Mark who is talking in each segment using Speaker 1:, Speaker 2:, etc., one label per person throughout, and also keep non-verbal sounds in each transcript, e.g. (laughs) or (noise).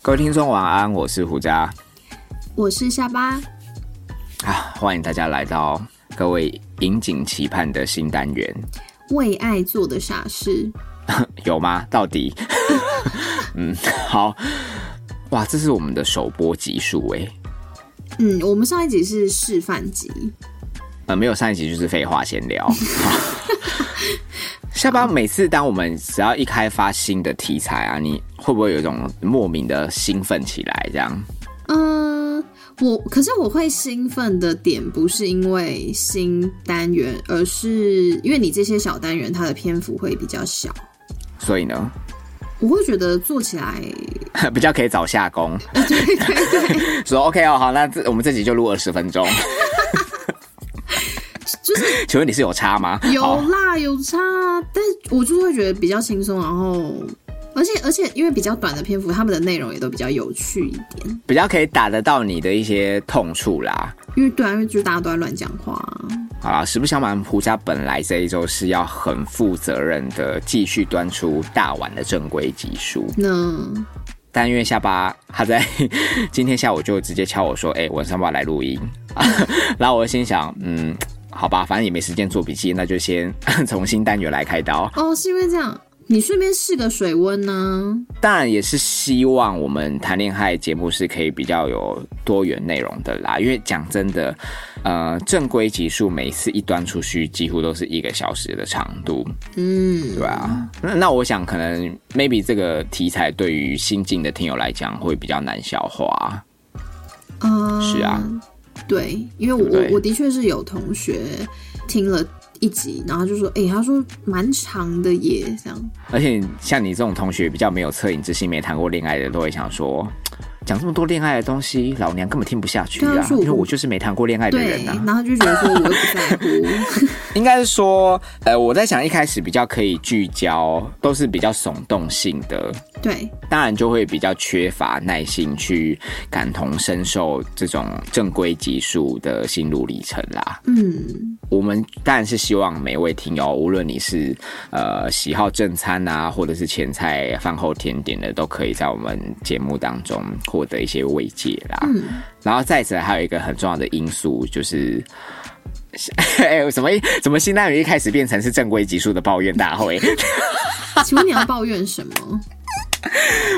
Speaker 1: 各位听众晚安，我是胡渣
Speaker 2: 我是下巴，
Speaker 1: 啊，欢迎大家来到各位引颈期盼的新单元，
Speaker 2: 为爱做的傻事。
Speaker 1: 有吗？到底？ (laughs) 嗯，好，哇，这是我们的首播集数诶，
Speaker 2: 嗯，我们上一集是示范集，
Speaker 1: 呃，没有上一集就是废话闲聊。 (laughs) 下巴每次当我们只要一开发新的题材啊，你会不会有一种莫名的兴奋起来？这样
Speaker 2: 嗯、我可是我会兴奋的点不是因为新单元，而是因为你这些小单元它的篇幅会比较小，
Speaker 1: 所以呢， (laughs)
Speaker 2: 我会觉得做起来， (laughs)
Speaker 1: 比较可以早下工。
Speaker 2: 呃对对对，
Speaker 1: 说 OK 哦，好，那这我们这集就录二十分钟。
Speaker 2: (laughs) 就是
Speaker 1: 请问你是有差吗？
Speaker 2: 有
Speaker 1: 好
Speaker 2: 啦有差，但我就是会觉得比较轻松，然后而且而且因为比较短的篇幅，他们的内容也都比较有趣一点，
Speaker 1: 比较可以打得到你的一些痛处啦。
Speaker 2: 因为对啊，因为就是大家都在乱讲话啊、
Speaker 1: 好啦，实不相瞒，胡家本来这一周是要很负责任的继续端出大碗的正规集数，
Speaker 2: 那
Speaker 1: 但因为下巴他在今天下午就直接敲我说：“哎、晚上要不要来录音？” (laughs) 然后我心想：“嗯，好吧，反正也没时间做笔记，那就先 (laughs) 从新单元来开刀。
Speaker 2: 哦，是因为这样，你顺便试个水温呢、
Speaker 1: 当然也是希望我们谈恋爱节目是可以比较有多元内容的啦，因为讲真的，呃，正规集数每次一端出去几乎都是一个小时的长度，
Speaker 2: 嗯，
Speaker 1: 对啊。那那我想可能 maybe 这个题材对于新进的听友来讲会比较难消化，
Speaker 2: 啊、
Speaker 1: 是啊，
Speaker 2: 对，因为我
Speaker 1: 对不对
Speaker 2: 我我的确是有同学听了一集，然后就说，哎、他说蛮长的耶，这样，
Speaker 1: 而且像你这种同学比较没有恻隐之心、没谈过恋爱的，都会想说。讲这么多恋爱的东西，老娘根本听不下去
Speaker 2: 对啊
Speaker 1: 啊！
Speaker 2: 所以我
Speaker 1: 因为我就是没谈过恋爱的
Speaker 2: 对
Speaker 1: 人，啊。
Speaker 2: 然后就觉得说我又不
Speaker 1: (laughs)
Speaker 2: 在乎，
Speaker 1: 应该是说，呃，我在想一开始比较可以聚焦，都是比较耸动性的，
Speaker 2: 对，
Speaker 1: 当然就会比较缺乏耐心去感同身受这种正规集数的心路历程啦。
Speaker 2: 嗯，
Speaker 1: 我们当然是希望每位听友，无论你是呃喜好正餐啊，或者是前菜、饭后甜点的，都可以在我们节目当中获得一些慰藉啦。嗯，然后再者还有一个很重要的因素就是。 (laughs) 哎、什么一？怎么新单元一开始变成是正规集数的抱怨大会？ (laughs)
Speaker 2: 请问你要抱怨什么？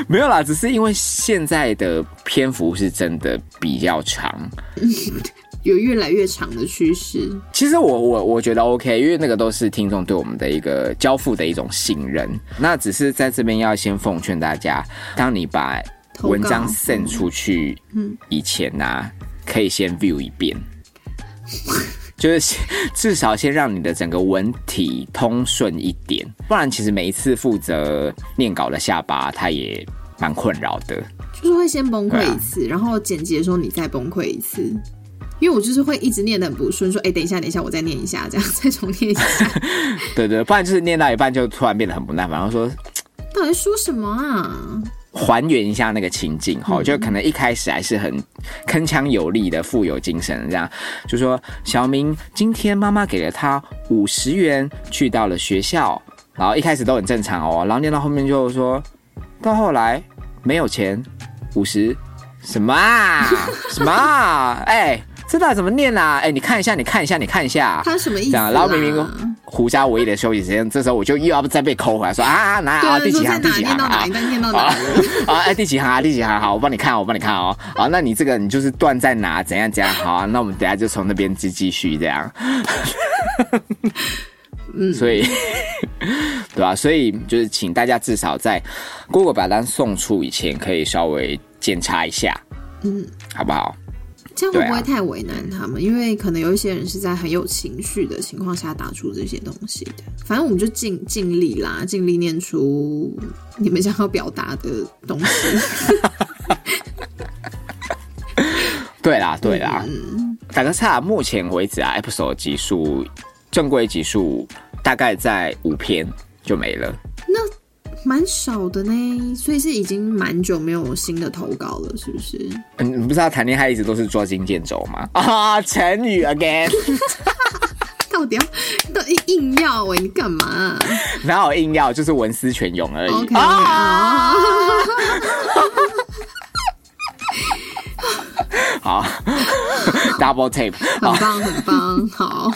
Speaker 1: 没有啦，只是因为现在的篇幅是真的比较长，
Speaker 2: 有越来越长的趋势，
Speaker 1: 其实我我我觉得 OK，因为那个都是听众对我们的一个交付的一种信任。那只是在这边要先奉劝大家，当你把
Speaker 2: 投稿
Speaker 1: 文章 send 出去以前呐、可以先 view 一
Speaker 2: (laughs)
Speaker 1: 遍，就是先至少先让你的整个文体通顺一点，不然其实每一次负责念稿的下巴，他也蛮困扰的。
Speaker 2: 就是会先崩
Speaker 1: 对
Speaker 2: 溃
Speaker 1: 啊
Speaker 2: 一次，然后剪辑的时候你再崩溃一次。因为我就是会一直念的很不顺，说哎、等一下，等一下，我再念一下，这样 (laughs) 再重念一下，
Speaker 1: 对对，不然就是念到一半就突然变得很不耐烦，然后说
Speaker 2: 到底在说什么啊？
Speaker 1: 还原一下那个情境哈，
Speaker 2: 嗯
Speaker 1: 就可能一开始还是很铿锵有力的、富有精神，这样就说小明今天妈妈给了他五十元，去到了学校，然后一开始都很正常哦，然后念到后面就说到后来没有钱五十什么啊 (laughs) 什么啊，哎、这到底怎么念啊？哎、你看一下，你看一下，你看一下，
Speaker 2: 他什么意思啊
Speaker 1: 这样，
Speaker 2: 啦？
Speaker 1: 然后明明胡家唯一的休息时间，这时候我就又要再被扣回来说啊啊哪啊
Speaker 2: 对，
Speaker 1: 第
Speaker 2: 说
Speaker 1: 几
Speaker 2: 在
Speaker 1: 行第
Speaker 2: 哪
Speaker 1: 几行
Speaker 2: 念到
Speaker 1: 啊 (laughs)
Speaker 2: 哪，一段念到哪
Speaker 1: 啊
Speaker 2: 里，
Speaker 1: 啊！哎，第几行啊？第几行？好，我帮你看，我帮你看哦。好，那你这个你就是断在哪？怎样怎样？好啊，那我们等一下就从那边继继续这样。嗯， (laughs) 所以对吧、所以就是请大家至少在 Google 把单送出以前，可以稍微检查一下，
Speaker 2: 嗯，
Speaker 1: 好不好？
Speaker 2: 这样会不
Speaker 1: 对
Speaker 2: 会
Speaker 1: 啊
Speaker 2: 太为难他们？因为可能有一些人是在很有情绪的情况下打出这些东西的。反正我们就尽尽力啦，尽力念出你们想要表达的东西。
Speaker 1: 对啦， (laughs) 对啊啦。
Speaker 2: 嗯
Speaker 1: 打个岔，目前为止啊，episode 集数正规集数大概在五篇就没了。
Speaker 2: 蛮少的呢，所以是已经蛮久没有新的投稿了，是不是？
Speaker 1: 嗯，你不知道谈恋爱一直都是捉襟见肘吗？ (laughs) 啊，成语 again， (laughs)
Speaker 2: 到底要到底硬要哎、你干嘛啊、
Speaker 1: 哎
Speaker 2: (laughs)
Speaker 1: 哪有硬要，就是文思泉涌而已。
Speaker 2: OK，、
Speaker 1: 啊
Speaker 2: 啊、
Speaker 1: 好，double tape，
Speaker 2: 很棒，很棒，好。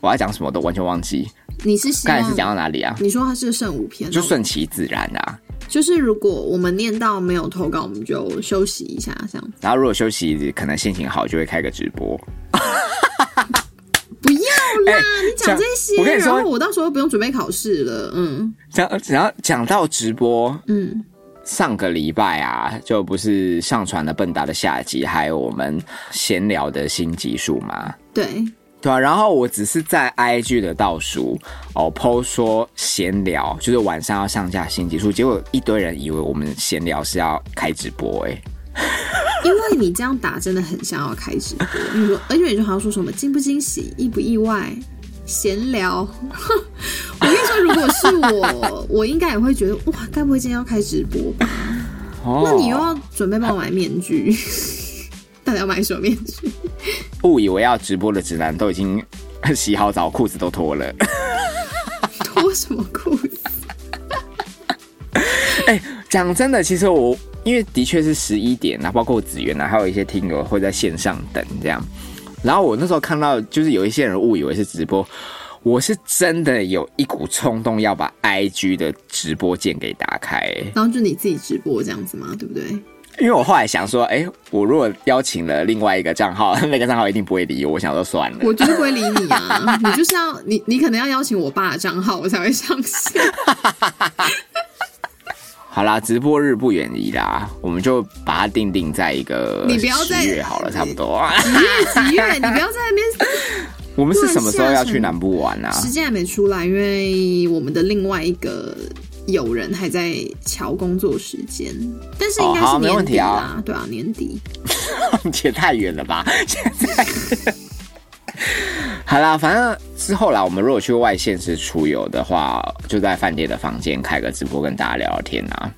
Speaker 1: 我要讲什么都完全忘记。
Speaker 2: 你是希
Speaker 1: 刚才
Speaker 2: 望
Speaker 1: 是讲到哪里啊？
Speaker 2: 你说它是圣五篇，
Speaker 1: 就顺其自然啊。
Speaker 2: 就是如果我们念到没有投稿，我们就休息一下，这样
Speaker 1: 然后如果休息，可能心情好就会开个直播。
Speaker 2: (laughs) 不要啦！
Speaker 1: 哎
Speaker 2: 你讲
Speaker 1: 这
Speaker 2: 这
Speaker 1: 样我
Speaker 2: 些，
Speaker 1: 跟你说
Speaker 2: 然后我到时候不用准备考试了，嗯
Speaker 1: 讲只要讲到直播，
Speaker 2: 嗯，
Speaker 1: 上个礼拜啊，就不是上传了笨达的下集，还有我们闲聊的新集数吗？
Speaker 2: 对，
Speaker 1: 对啊，然后我只是在 IG 的倒数哦，PO 说闲聊，就是晚上要上架新集数，结果一堆人以为我们闲聊是要开直播、欸，
Speaker 2: 因为你这样打真的很像要开直播，你说，而且你就好像说什么惊不惊喜，意不意外，闲聊。 (laughs) 我跟你说，如果是我，我应该也会觉得哇，该不会今天要开直播吧？
Speaker 1: 哦，
Speaker 2: 那你又要准备帮我买面具， (laughs) 到底要买什么面
Speaker 1: (laughs)
Speaker 2: 具？
Speaker 1: 误以为要直播的直男都已经 (laughs) 洗好澡，裤子都脱了。
Speaker 2: 脱什么裤子？
Speaker 1: 哎、讲真的，其实我因为的确是十一点啊，包括子源啊，还有一些听友会在线上等这样。然后我那时候看到，就是有一些人误以为是直播，我是真的有一股冲动要把 IG 的直播键给打开、哎
Speaker 2: 然后就你自己直播这样子嘛，对不对？
Speaker 1: 因为我后来想说，哎、我如果邀请了另外一个账号， (laughs) 那个账号一定不会理我，我想说算了。
Speaker 2: 我就是不会理你啊！
Speaker 1: (laughs)
Speaker 2: 你就是要你，你可能要邀请我爸的账号，我才会上线。
Speaker 1: 好啦，直播日不远矣啦，我们就把它定定在一个
Speaker 2: 你不要再
Speaker 1: 10月好了，差不
Speaker 2: (laughs)
Speaker 1: 多。
Speaker 2: 几月几月？你不要在那边，
Speaker 1: 我们是什么时候要去南部玩啊？
Speaker 2: 时间还没出来，因为我们的另外一个友人还在瞧工作时间，但是应
Speaker 1: 哦
Speaker 2: 该是
Speaker 1: 好没
Speaker 2: 年
Speaker 1: 问题
Speaker 2: 底
Speaker 1: 啊
Speaker 2: 啦，对啊，年底。 (laughs)
Speaker 1: (laughs) 也太远了吧！现在 (laughs) 好啦，反正之后啦，我们如果去外县市出游的话，就在饭店的房间开个直播跟大家聊聊天啊。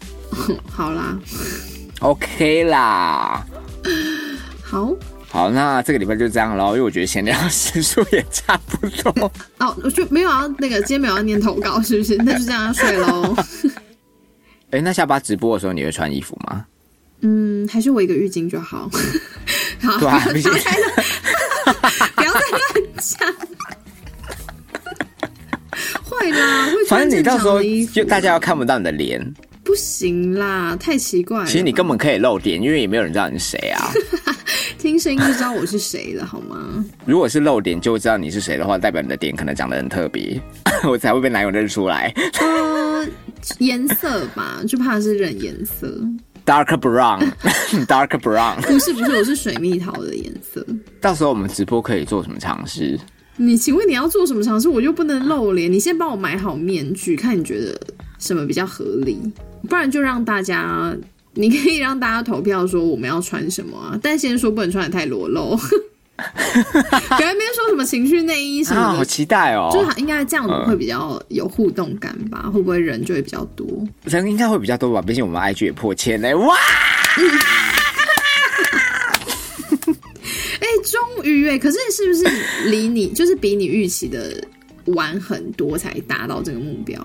Speaker 2: 好啦，
Speaker 1: OK 啦，
Speaker 2: 好
Speaker 1: 好，那这个礼拜就这样喽，因为我觉得闲聊时数也差不
Speaker 2: (laughs)
Speaker 1: 多。
Speaker 2: 哦，我就没有要那个，今天没有要念投稿，是不是？那就这样要睡喽。
Speaker 1: 哎、那下巴直播的时候你会穿衣服吗？
Speaker 2: 嗯，还是围一个浴巾就好。 (laughs) 好，
Speaker 1: 对啊
Speaker 2: 不
Speaker 1: 毕竟
Speaker 2: 要再乱， (laughs) 不要再乱讲。会啦，会
Speaker 1: 反
Speaker 2: 穿
Speaker 1: 正你
Speaker 2: 正
Speaker 1: 到
Speaker 2: 常
Speaker 1: 时候
Speaker 2: (laughs) 的衣服
Speaker 1: 就大家要看不到你的脸，
Speaker 2: 不行啦，太奇怪了。
Speaker 1: 其实你根本可以露脸，因为也没有人知道你是谁
Speaker 2: (laughs)
Speaker 1: 啊。
Speaker 2: 听声音就知道我是谁了，好吗？
Speaker 1: 如果是露脸就知道你是谁的话，代表你的脸可能长得很特别， (laughs) 我才会被男友认出来。 (laughs)
Speaker 2: 呃，颜色吧，就怕是冷颜色，
Speaker 1: Dark (laughs) brown，Dark brown。 (laughs)
Speaker 2: 不是不是，我是水蜜桃的颜色。
Speaker 1: 到时候我们直播可以做什么尝试？
Speaker 2: 你请问你要做什么尝试？我又不能露脸，你先帮我买好面具，看你觉得什么比较合理，不然就让大家，你可以让大家投票说我们要穿什么啊，但先说不能穿的太裸露，不要在那边说什么情趣内衣什
Speaker 1: 啊，
Speaker 2: 么
Speaker 1: 好
Speaker 2: 的。
Speaker 1: 期待哦！
Speaker 2: 就是应该这样子会比较有互动感吧？会不会人就会比较多？
Speaker 1: 人应该会比较多吧，毕竟我们 IG 也破千嘞！哇，
Speaker 2: 哎、终于哎，可是是不是离你就是比你预期的晚很多才达到这个目标？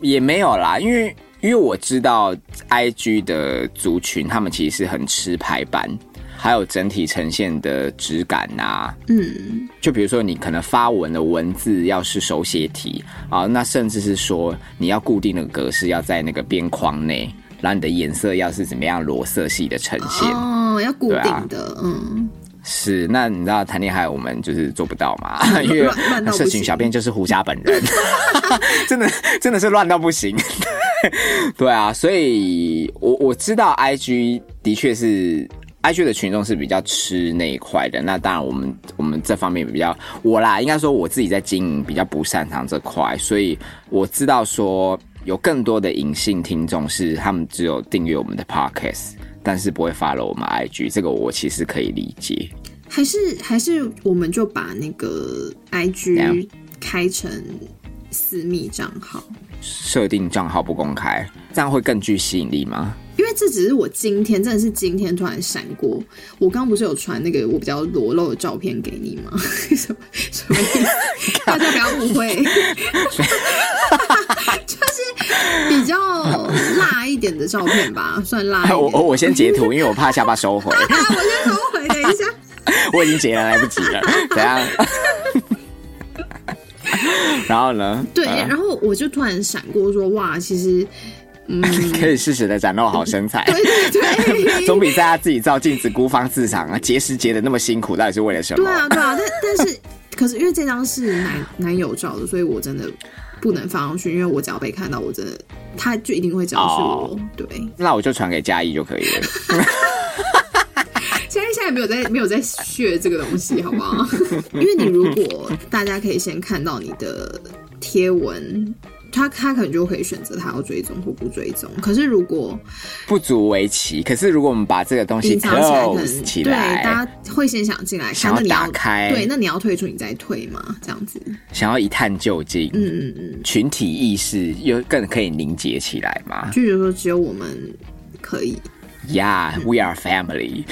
Speaker 1: 也没有啦，因为因为我知道 IG 的族群，他们其实是很吃排版，还有整体呈现的质感啊。
Speaker 2: 嗯，
Speaker 1: 就比如说你可能发文的文字要是手写体啊，那甚至是说你要固定的格式要在那个边框内，然后你的颜色要是怎么样裸色系的呈现。
Speaker 2: 哦，要固
Speaker 1: 对啊
Speaker 2: 定的，嗯，
Speaker 1: 是，那你知道谈恋爱我们就是做不到嘛，因为
Speaker 2: (laughs) 乱乱到不
Speaker 1: 社群
Speaker 2: 行
Speaker 1: 小编就是胡家本人， (laughs) 真的真的是乱到不行。 (laughs) 对啊，所以我我知道 IG 的确是 IG 的群众是比较吃那一块的。那当然，我们我们这方面比较我啦，应该说我自己在经营比较不擅长这块，所以我知道说有更多的隐性听众是他们只有订阅我们的 podcast，但是不会 follow 我们 IG，这个我其实可以理解。
Speaker 2: 还是还是我们就把那个 I
Speaker 1: 怎
Speaker 2: G
Speaker 1: 样
Speaker 2: 开成私密账号，
Speaker 1: 设定账号不公开，这样会更具吸引力吗？
Speaker 2: 因为这只是我今天真的是今天突然闪过，我刚不是有传那个我比较裸露的照片给你吗？ (laughs) 什
Speaker 1: (laughs)
Speaker 2: 么 (laughs) 什么意思？大家不要误会，就是比较辣一点的照片吧， (laughs) 算辣一
Speaker 1: (laughs)
Speaker 2: 点。
Speaker 1: 我我我先截
Speaker 2: (laughs)
Speaker 1: 图，因为我怕下巴收回， (laughs)
Speaker 2: 啊，我先收回，等一下。
Speaker 1: 我已经截了，来不及
Speaker 2: (laughs)
Speaker 1: 了。怎样？ (laughs) 然后呢？ (laughs)
Speaker 2: 对，
Speaker 1: 呃
Speaker 2: 然后我就突然闪过说，哇，其实，嗯，
Speaker 1: 可以适时的展露好身材，
Speaker 2: 对
Speaker 1: (laughs)
Speaker 2: 对啊对，
Speaker 1: 总比在家自己照镜子孤芳自赏啊，节食节的那么辛苦，到底是为了什么？
Speaker 2: 对啊，对啊，但但是，可是因为这张是男男友照的，所以我真的不能放上去，因为我只要被看到，我真的他就一定会知道是我。
Speaker 1: 哦
Speaker 2: 对，
Speaker 1: 那我就传给嘉义就可以了。
Speaker 2: 现在现在没有在没有在学这个东西，好不好？ (laughs) 因为你如果大家可以先看到你的贴文。他他可能就可以选择他要追踪或不追踪，可是如果
Speaker 1: 不足为奇，可是如果我们把这个东西
Speaker 2: 隐藏起来，可
Speaker 1: close
Speaker 2: 能
Speaker 1: 起
Speaker 2: 对
Speaker 1: 来，
Speaker 2: 大家会先想进来看，
Speaker 1: 想要
Speaker 2: 那你
Speaker 1: 打开
Speaker 2: 对，那你要退出，你再退嘛，这样子，
Speaker 1: 想要一探究竟，
Speaker 2: 嗯嗯嗯。
Speaker 1: 群体意识又更可以凝结起来嘛
Speaker 2: 就觉得说只有我们可以。
Speaker 1: ？Yeah，we are family。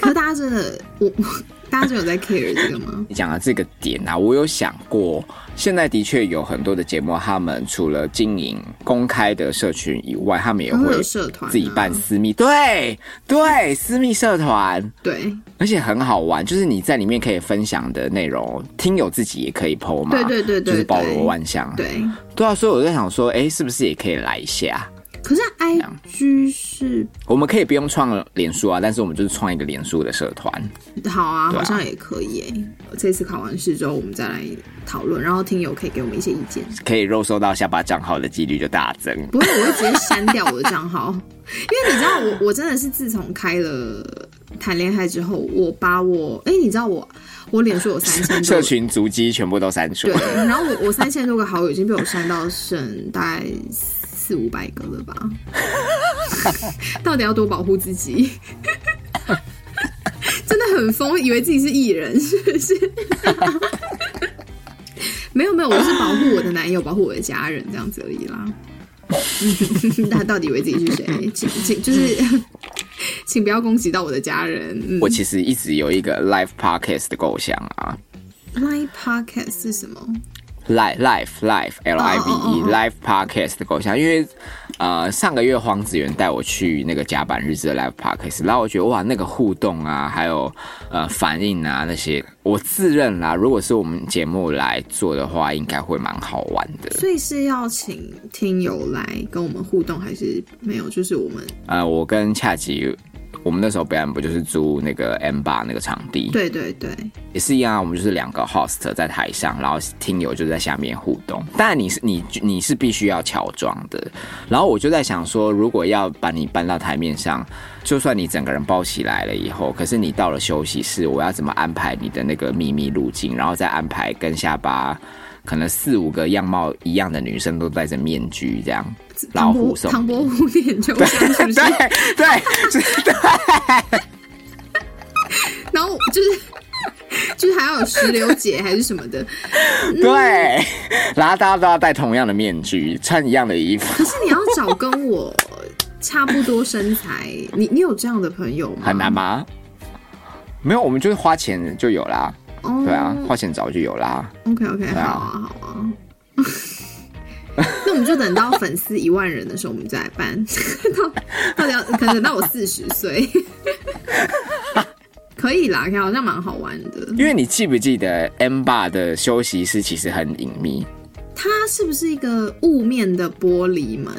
Speaker 2: 可是大家真的，我 (laughs) 我大家真的有在 care 这个吗？
Speaker 1: 你讲到这个点啊，我有想过，现在的确有很多的节目，他们除了经营公开的社群以外，他们也
Speaker 2: 他们
Speaker 1: 会
Speaker 2: 有社团啊
Speaker 1: 自己办私密，对对，私密社团，
Speaker 2: 对
Speaker 1: 而且很好玩，就是你在里面可以分享的内容，听友自己也可以 PO 嘛，
Speaker 2: 对对对对
Speaker 1: 就是包
Speaker 2: 对
Speaker 1: 罗万象，
Speaker 2: 对，
Speaker 1: 对啊，所以我就想说，哎、是不是也可以来一下？
Speaker 2: 可是 IG 是
Speaker 1: 我们可以不用创脸书啊，但是我们就是创一个脸书的社团，
Speaker 2: 好啊，
Speaker 1: 对啊
Speaker 2: 好像也可以诶、这次考完试之后，我们再来讨论，然后听友可以给我们一些意见。
Speaker 1: 可以肉搜到下巴账号的几率就大增。
Speaker 2: 不会，我会直接删掉我的
Speaker 1: (laughs)
Speaker 2: 账号，因为你知道我，我真的是自从开了谈恋爱之后，我把我哎、你知道我我脸书有三 (laughs) 千多
Speaker 1: 社群足迹全部都删除
Speaker 2: 对，，然后我我三千多个好友已经被我删到剩大概四五百个了吧？ (laughs) 到底要多保护自己？ (laughs) 真的很疯，以为自己是艺人，是不是？ (laughs) 没有没有，我是保护我的男友，保护我的家人，这样子而已啦。 (laughs) 那到底以为自己是谁？请请就是， (laughs) 请不要攻击到我的家人。嗯
Speaker 1: (laughs) 我其实一直有一个 live podcast 的构想啊
Speaker 2: My podcast 是什么？
Speaker 1: ，live live live l i v e
Speaker 2: 哦哦哦
Speaker 1: live podcast 的构想，因为呃上个月黄子源带我去那个甲板日志的 live podcast，然后我觉得哇那个互动啊，还有呃反应啊那些，我自认啦，如果是我们节目来做的话，应该会蛮好玩的。
Speaker 2: 所以是要请听友来跟我们互动，还是没有？就是我们
Speaker 1: 呃，我跟恰吉。我们那时候表演不就是租那个 M 八那个场地，
Speaker 2: 对对对，
Speaker 1: 也是一样啊，我们就是两个 host 在台上，然后听友就在下面互动。但你是你你是必须要乔装的。然后我就在想说，如果要把你搬到台面上，就算你整个人包起来了以后，可是你到了休息室，我要怎么安排你的那个秘密路径，然后再安排跟下巴可能四五个样貌一样的女生都戴着面具这样，然后
Speaker 2: 唐
Speaker 1: 护
Speaker 2: 伯
Speaker 1: 送
Speaker 2: 唐伯虎点秋香是不
Speaker 1: (laughs)
Speaker 2: 是？
Speaker 1: 对对，是的，
Speaker 2: 然后就是。就是还要有石榴姐还是什么的，
Speaker 1: 对， (laughs) 然后大家都要戴同样的面具，穿一样的衣服。
Speaker 2: 可是你要找跟我差不多身材，你你有这样的朋友吗？
Speaker 1: 很难吗？没有，我们就是花钱就有啦。
Speaker 2: 哦，
Speaker 1: 对啊，花钱早就有啦。
Speaker 2: OK OK，好
Speaker 1: 啊
Speaker 2: 啊好啊， (laughs) 那我们就等到粉丝一万人的时候，我们再来办。 (laughs) 到到底要可能等到我四十岁， (laughs) 可以啦，好像蛮好玩的。
Speaker 1: 因为你记不记得 M 爸的休息室其实很隐秘，
Speaker 2: 它是不是一个雾面的玻璃门？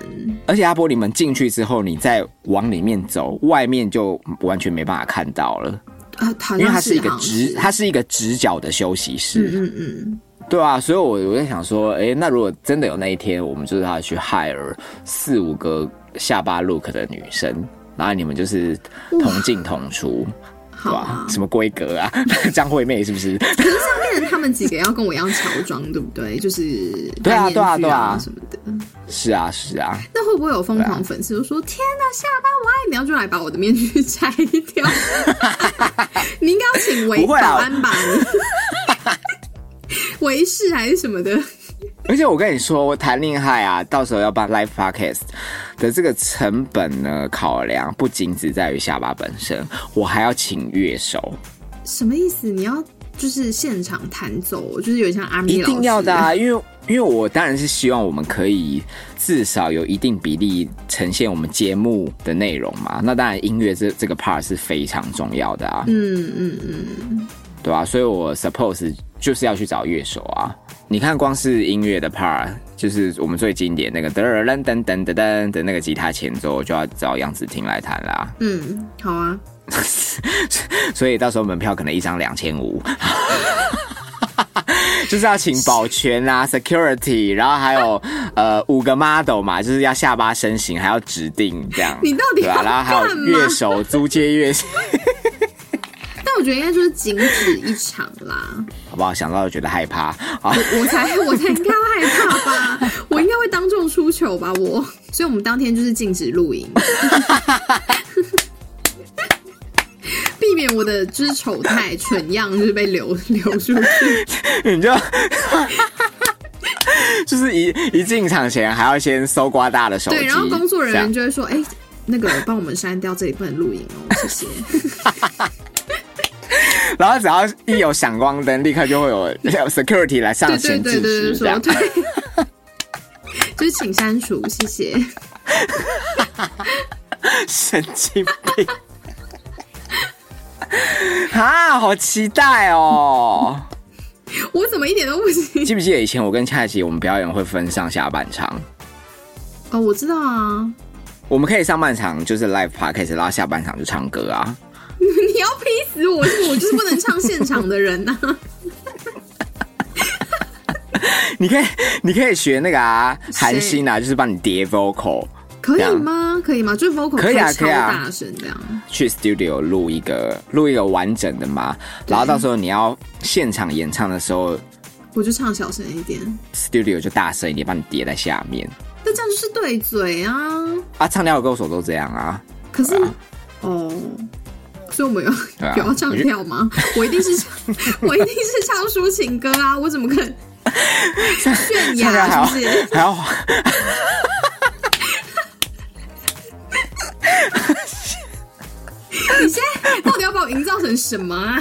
Speaker 1: 而且阿波你们进去之后，你再往里面走，外面就完全没办法看到了，
Speaker 2: 啊，好
Speaker 1: 因为它
Speaker 2: 像
Speaker 1: 是一个
Speaker 2: 好像
Speaker 1: 直，它是一个直角的休息室。
Speaker 2: 嗯嗯
Speaker 1: 对啊，所以我我在想说，诶，那如果真的有那一天，我们就是要去 hire 四五个下巴 look 的女生，然后你们就是同进同出，
Speaker 2: 嗯，
Speaker 1: 对
Speaker 2: 好
Speaker 1: 吧、
Speaker 2: 啊。
Speaker 1: 什么规格啊？ (laughs) 张惠妹是不是？ (laughs)
Speaker 2: 可是上面他们几个要跟我一样乔装，对不对？就是
Speaker 1: 对啊
Speaker 2: 戴面具
Speaker 1: 对啊对啊
Speaker 2: 什么的。
Speaker 1: 是啊，是啊，
Speaker 2: 那会不会有疯狂粉丝就说：“天哪，下巴我爱你！”然后就来把我的面具
Speaker 1: (laughs)
Speaker 2: 拆掉？你应该要请维
Speaker 1: 不
Speaker 2: 保
Speaker 1: 会啦
Speaker 2: 安吧？你
Speaker 1: (laughs)
Speaker 2: 维士还是什么的？
Speaker 1: 而且我跟你说，我谈恋爱啊，到时候要办 live podcast 的这个成本呢，考量不仅只在于下巴本身，我还要请乐手，
Speaker 2: 什么意思？你要就是现场弹奏，就是有点像阿
Speaker 1: 一
Speaker 2: 米老师
Speaker 1: 定要的、啊，因为因为我当然是希望我们可以至少有一定比例呈现我们节目的内容嘛。那当然，音乐这这个 part 是非常重要的啊，
Speaker 2: 嗯嗯嗯，
Speaker 1: 对吧、所以我 suppose 就是要去找乐手啊。你看，光是音乐的 part，就是我们最经典那个噔噔噔噔噔噔的那个吉他前奏，就要找杨子婷来弹啦。
Speaker 2: 嗯，好啊，
Speaker 1: 所以到时候门票可能一张两千五， (laughs) 就是要请保全啦、security，然后还有呃五个 model 嘛，就是要下巴身形，还要指定这样。
Speaker 2: 你到底
Speaker 1: 对吧、
Speaker 2: 要
Speaker 1: 然后还有
Speaker 2: 干嘛
Speaker 1: 乐手租借乐手，
Speaker 2: 但我觉得应该就是仅止一场啦。
Speaker 1: 好不好？想到就觉得害怕啊！
Speaker 2: 我才
Speaker 1: (laughs)
Speaker 2: 我才应该会害怕吧，我应该会当众出糗吧，我。所以我们当天就是禁止
Speaker 1: (laughs)
Speaker 2: 露营，避免我的就是丑态、蠢样就是被流流出去。
Speaker 1: (laughs) 你就就是一一进场前还要先搜刮大的手机，
Speaker 2: 对，然后工作人
Speaker 1: 这样
Speaker 2: 员就会说：“哎、那个帮我们删掉这里不能露营哦，谢
Speaker 1: (laughs)
Speaker 2: 谢。
Speaker 1: 然后只要一有闪光灯，立刻就会有 security 来”上
Speaker 2: 对对
Speaker 1: 前
Speaker 2: 对
Speaker 1: 制
Speaker 2: 对对，
Speaker 1: 止，这
Speaker 2: 说
Speaker 1: 样。
Speaker 2: 对，就是请删除，谢谢。
Speaker 1: 神经病！啊，好期待哦！ (laughs)
Speaker 2: 我怎么一点都不行？
Speaker 1: 记不记得以前我跟恰琪我们表演会分上下半场？
Speaker 2: 哦，我知道啊， (laughs)
Speaker 1: 我们可以上半场就是 live podcast，然后下半场就唱歌啊。
Speaker 2: 你要劈死我，我就是不能唱现场的人呐、啊
Speaker 1: 你可以，你可以学那个啊，韩
Speaker 2: 谁
Speaker 1: 星啊，就是帮你叠 vocal，
Speaker 2: 可
Speaker 1: 这
Speaker 2: 以
Speaker 1: 样
Speaker 2: 吗？可以吗？就是 vocal
Speaker 1: 可以啊
Speaker 2: 超
Speaker 1: 可以啊
Speaker 2: 大声这样。
Speaker 1: 去 studio 录一个录一个完整的嘛。然后到时候你要现场演唱的时候
Speaker 2: 我就唱小声一点。
Speaker 1: ，studio 就大声一点，帮你叠在下面
Speaker 2: 那这样就是对嘴啊。
Speaker 1: 啊。唱跳歌手都这样啊。
Speaker 2: 可是，哦，所以我们有、 (laughs)
Speaker 1: 对啊
Speaker 2: 有要唱跳吗？我一定是唱， (laughs) 我一定是唱抒情歌啊！我怎么可
Speaker 1: (laughs)
Speaker 2: 能炫
Speaker 1: 唱跳还
Speaker 2: 耀？
Speaker 1: 要
Speaker 2: 是不是？
Speaker 1: 还要花。
Speaker 2: 你现在到底要把我营造成什么啊？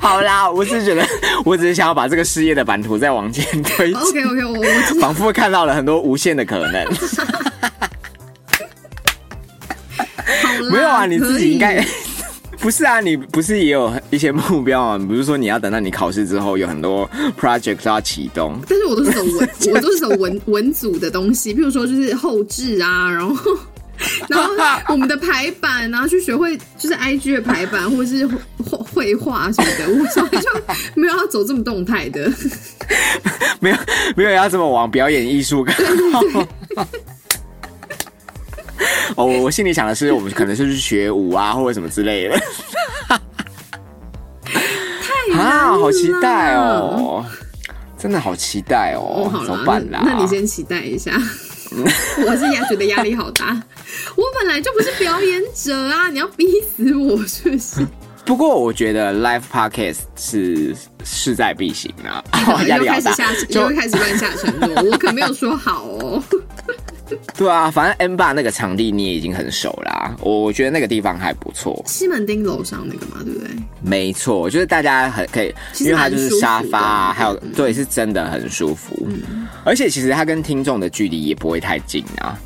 Speaker 1: 好啦，我是觉得，我只是想要把这个事业的版图再往前推进，
Speaker 2: OK OK，我我知道
Speaker 1: 仿佛看到了很多无限的可
Speaker 2: (laughs)
Speaker 1: 能。
Speaker 2: 好啦。
Speaker 1: 没有啊，你自己应
Speaker 2: 可
Speaker 1: 该
Speaker 2: 以
Speaker 1: (laughs) 不是啊，你不是也有一些目标啊？你不是说你要等到你考试之后有很多 project 要启动？
Speaker 2: 但是我都是走
Speaker 1: (laughs)
Speaker 2: 文，我都是走文文组的东西，譬如说就是后置啊，然后 (laughs) 然后
Speaker 1: (laughs)
Speaker 2: 我们的排版啊，去学会就是 IG 的排版或者是绘绘画什么的，我从来就没有要走这么动态的。 (laughs)
Speaker 1: 没有，没有要这么往表演艺术靠。 (laughs) 哦，我我心里想的是，我们可能是去学舞啊，或者什么之类的。啊，好期待哦！真的好期待
Speaker 2: 哦，
Speaker 1: (laughs) 哦！
Speaker 2: 好
Speaker 1: 怎么
Speaker 2: 啦
Speaker 1: 办啦？
Speaker 2: 那那你先期待一下。
Speaker 1: (laughs)
Speaker 2: 我是也觉得压力好大，我本来就不是表演者啊！你要逼死我是不是？
Speaker 1: 不过我觉得 live podcast 是势在必行啊， (laughs) 压
Speaker 2: (laughs) 又
Speaker 1: 力好
Speaker 2: 开始
Speaker 1: 大
Speaker 2: 下，。
Speaker 1: 就
Speaker 2: 又开始乱下承诺，我可没有说好哦。 (laughs)
Speaker 1: 对啊，反正 N 爸那个场地你也已经很熟啦，我我觉得那个地方还不错。
Speaker 2: 西门町楼上那个嘛，对不对？
Speaker 1: 没错，就是大家很可以，
Speaker 2: 其
Speaker 1: 因
Speaker 2: 实
Speaker 1: 为它
Speaker 2: 蛮
Speaker 1: 就是沙发啊，还有
Speaker 2: 舒服的
Speaker 1: 对，是真的很舒服。
Speaker 2: 嗯
Speaker 1: 而且其实它跟听众的距离也不会太近
Speaker 2: (laughs)
Speaker 1: 啊。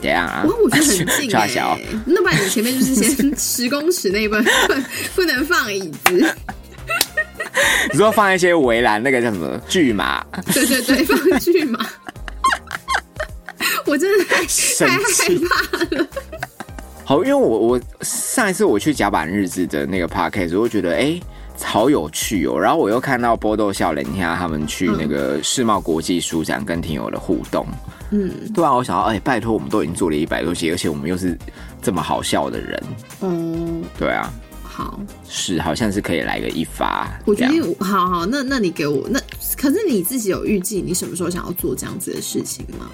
Speaker 1: 怎样啊？
Speaker 2: 哇，我觉得
Speaker 1: (laughs)
Speaker 2: 很近
Speaker 1: 差
Speaker 2: 哎、
Speaker 1: 小。
Speaker 2: 那不然你前面就
Speaker 1: (laughs)
Speaker 2: 是先十公尺内不不能放椅子，
Speaker 1: 你说放一些围栏，那个叫什么巨
Speaker 2: (laughs)
Speaker 1: 马？
Speaker 2: 对对对，放去嘛。我真的
Speaker 1: (laughs)
Speaker 2: 太
Speaker 1: 神
Speaker 2: 太害
Speaker 1: 奇
Speaker 2: 怕了，
Speaker 1: 好，因为我我上一次我去甲板日志的那个 podcast，我就觉得哎、诶好有趣哦。然后我又看到波豆笑脸家他们去那个世贸国际书展跟听友的互动，
Speaker 2: 嗯，
Speaker 1: 对啊，我想到哎、拜托，我们都已经做了一百多集，而且我们又是这么好笑的人，
Speaker 2: 哦，
Speaker 1: 对啊，
Speaker 2: 好，
Speaker 1: 是好像是可以来个一发，
Speaker 2: 我觉
Speaker 1: 这样
Speaker 2: 得我好好，那那你给我那，可是你自己有预计你什么时候想要做这样子的事情吗？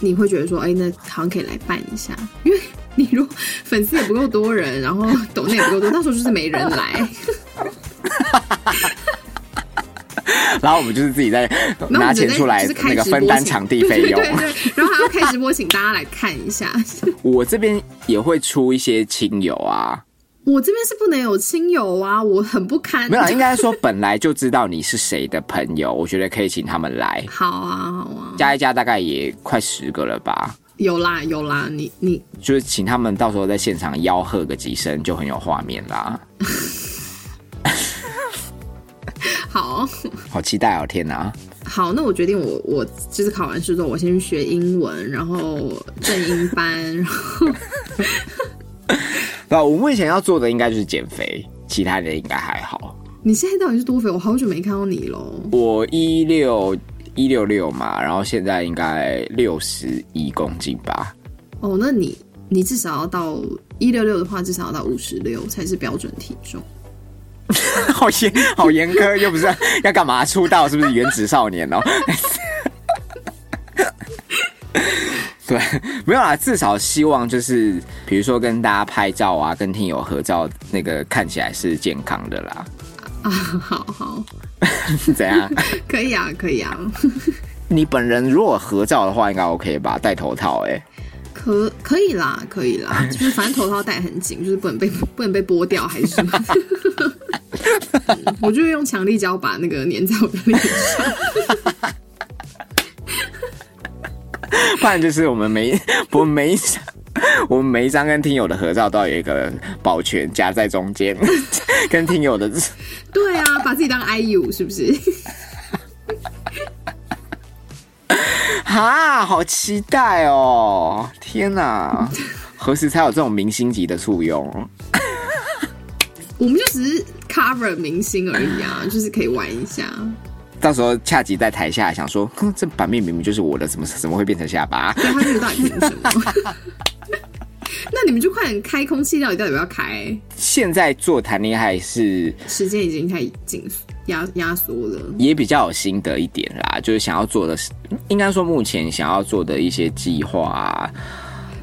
Speaker 2: 你会觉得说，哎、那好像可以来办一下，因为你如果粉丝也不够多人，然后抖内也不够多，到时候就是没人来。
Speaker 1: 然后我们就是自己在
Speaker 2: 然后我
Speaker 1: 拿
Speaker 2: 们就
Speaker 1: 钱
Speaker 2: 在
Speaker 1: 出来
Speaker 2: 就是开
Speaker 1: 那个
Speaker 2: 直
Speaker 1: 分
Speaker 2: 播
Speaker 1: 担
Speaker 2: 请
Speaker 1: 场地费用。
Speaker 2: 对对对对，然后还要开直播，请大家来看一下。
Speaker 1: 我这边也会出一些亲友啊，
Speaker 2: (laughs) 我这边是不能有亲友啊，我很不
Speaker 1: (laughs)
Speaker 2: 堪。
Speaker 1: 没有啦，啊应该说本来就知道你是谁的朋友，我觉得可以请他们来
Speaker 2: 好啊，好啊，
Speaker 1: 加一加，大概也快十个了吧。
Speaker 2: 有啦有啦，你你
Speaker 1: 就是请他们到时候在现场吆喝个几声，就很有画面啦。
Speaker 2: 好
Speaker 1: 好期待哦！天哪，
Speaker 2: 好，那我决定我我就是考完试之后，我先去学英文，然后正音班，然后
Speaker 1: 那我目前要做的应该就是减肥，其他的应该还好。
Speaker 2: 你现在到底是多肥？我好久没看到你喽。
Speaker 1: 我一六一六六嘛，然后现在应该六十一公斤吧。
Speaker 2: 哦，那你你至少要到一六六的话，至少要到五十六才是标准体重。 (laughs)
Speaker 1: (laughs) 好严好严苛，又不是要干嘛出道，是不是原子少年哦？ (laughs) 对，没有啦，至少希望就是，比如说跟大家拍照啊，跟听友合照，那个看起来是健康的啦，
Speaker 2: 啊，好好，
Speaker 1: 怎样？
Speaker 2: 可以啊，可以啊，
Speaker 1: 你本人如果合照的话，应该 OK 吧？戴头套、欸，
Speaker 2: 可可以啦，可以啦，就是反正头套戴很紧，就是不能被 (laughs) 不能被剥掉，还是什么、嗯我就用强力胶把那个粘在我的脸上。 (laughs)
Speaker 1: 不然就是我们每我们每一张，我们每一张跟听友的合照都要有一个保全夹在中间，跟听友的
Speaker 2: 对啊，把自己当 IU 是不是？ (laughs)
Speaker 1: 哈，好期待哦！天哪，何时才有这种明星级的簇拥？
Speaker 2: 我们就只是 cover 明星而已啊，就是可以玩一下。
Speaker 1: 到时候恰吉在台下想说，哼，这版面明明就是我的，怎么怎么会变成下巴？
Speaker 2: 对，他这个到底凭什么？ (laughs) 那你们就快点开空气，到底到底要不要开？
Speaker 1: 现在做谈恋爱是
Speaker 2: 时间已经太紧压压缩了。
Speaker 1: 也比较有心得一点啦，就是想要做的事，应该说目前想要做的一些计划啊，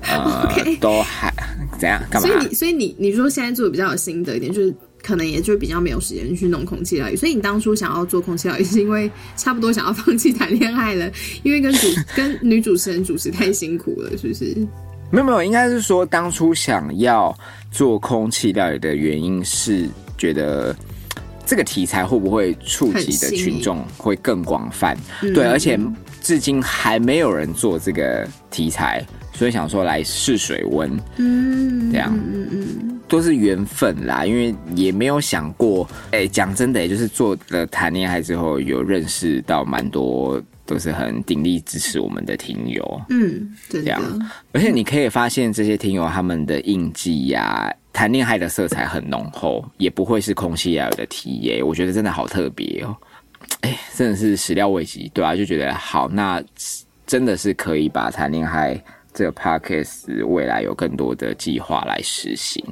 Speaker 1: 呃
Speaker 2: OK
Speaker 1: 都还怎样干嘛
Speaker 2: 所以？你，所以你，你说现在做的比较有心得一点，就是可能也就比较没有时间去弄空气疗愈。所以你当初想要做空气疗愈，是因为差不多想要放弃谈恋爱了， (laughs) 因为
Speaker 1: (laughs)
Speaker 2: 跟主跟女主持人主持太辛苦了，是不是？
Speaker 1: 没有没有，应该是说当初想要做空气料理的原因是觉得。这个题材会不会触及的
Speaker 2: 很新颖
Speaker 1: 群众会更广泛？对，而且至今还没有人做这个题材，所以想说来试水温。
Speaker 2: 嗯，
Speaker 1: 这样
Speaker 2: 嗯嗯
Speaker 1: 都是缘分啦，因为也没有想过，哎、讲真的、也就是做了谈恋爱之后，有认识到蛮多都是很鼎力支持我们的听友，
Speaker 2: 嗯，真
Speaker 1: 这
Speaker 2: 的
Speaker 1: 样，而且你可以发现这些听友他们的印记呀、谈恋爱的色彩很浓厚，也不会是空气要啊有的体验，我觉得真的好特别哦，哎、真的是始料未及，对啊，就觉得好，那真的是可以把谈恋爱这个 podcast 未来有更多的计划来实行。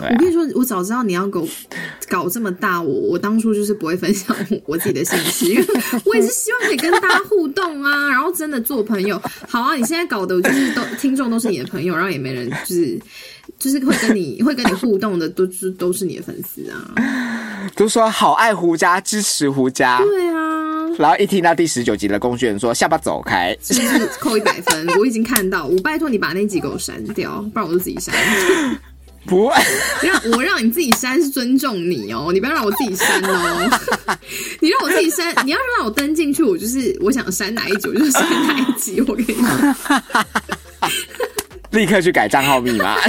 Speaker 1: 对啊
Speaker 2: 我跟你说，我早知道你要 (laughs) 搞搞这么大，我我当初就是不会分享我我自己的信息，因为我也是希望可以跟大家互动啊， (laughs) 然后真的做朋友。好啊，你现在搞的就是都听众都是你的朋友，然后也没人就是就是会跟你 (laughs) 会跟你互动的都是都是你的粉丝啊，
Speaker 1: 都说好爱胡家，支持胡家。
Speaker 2: 对啊，
Speaker 1: 然后一听到第十九集的工具人说下巴走开，
Speaker 2: 是不是扣一百分？我已经看到，我拜托你把那几个我删掉，不然我就自己删。
Speaker 1: 不，
Speaker 2: 让我让你自己删是尊重你哦，你不要让我自己删哦。你让我自己删，你要让我登进去，我就是我想删哪一集我就删哪一集。我跟你讲，
Speaker 1: 立刻去改账号密码。 (laughs)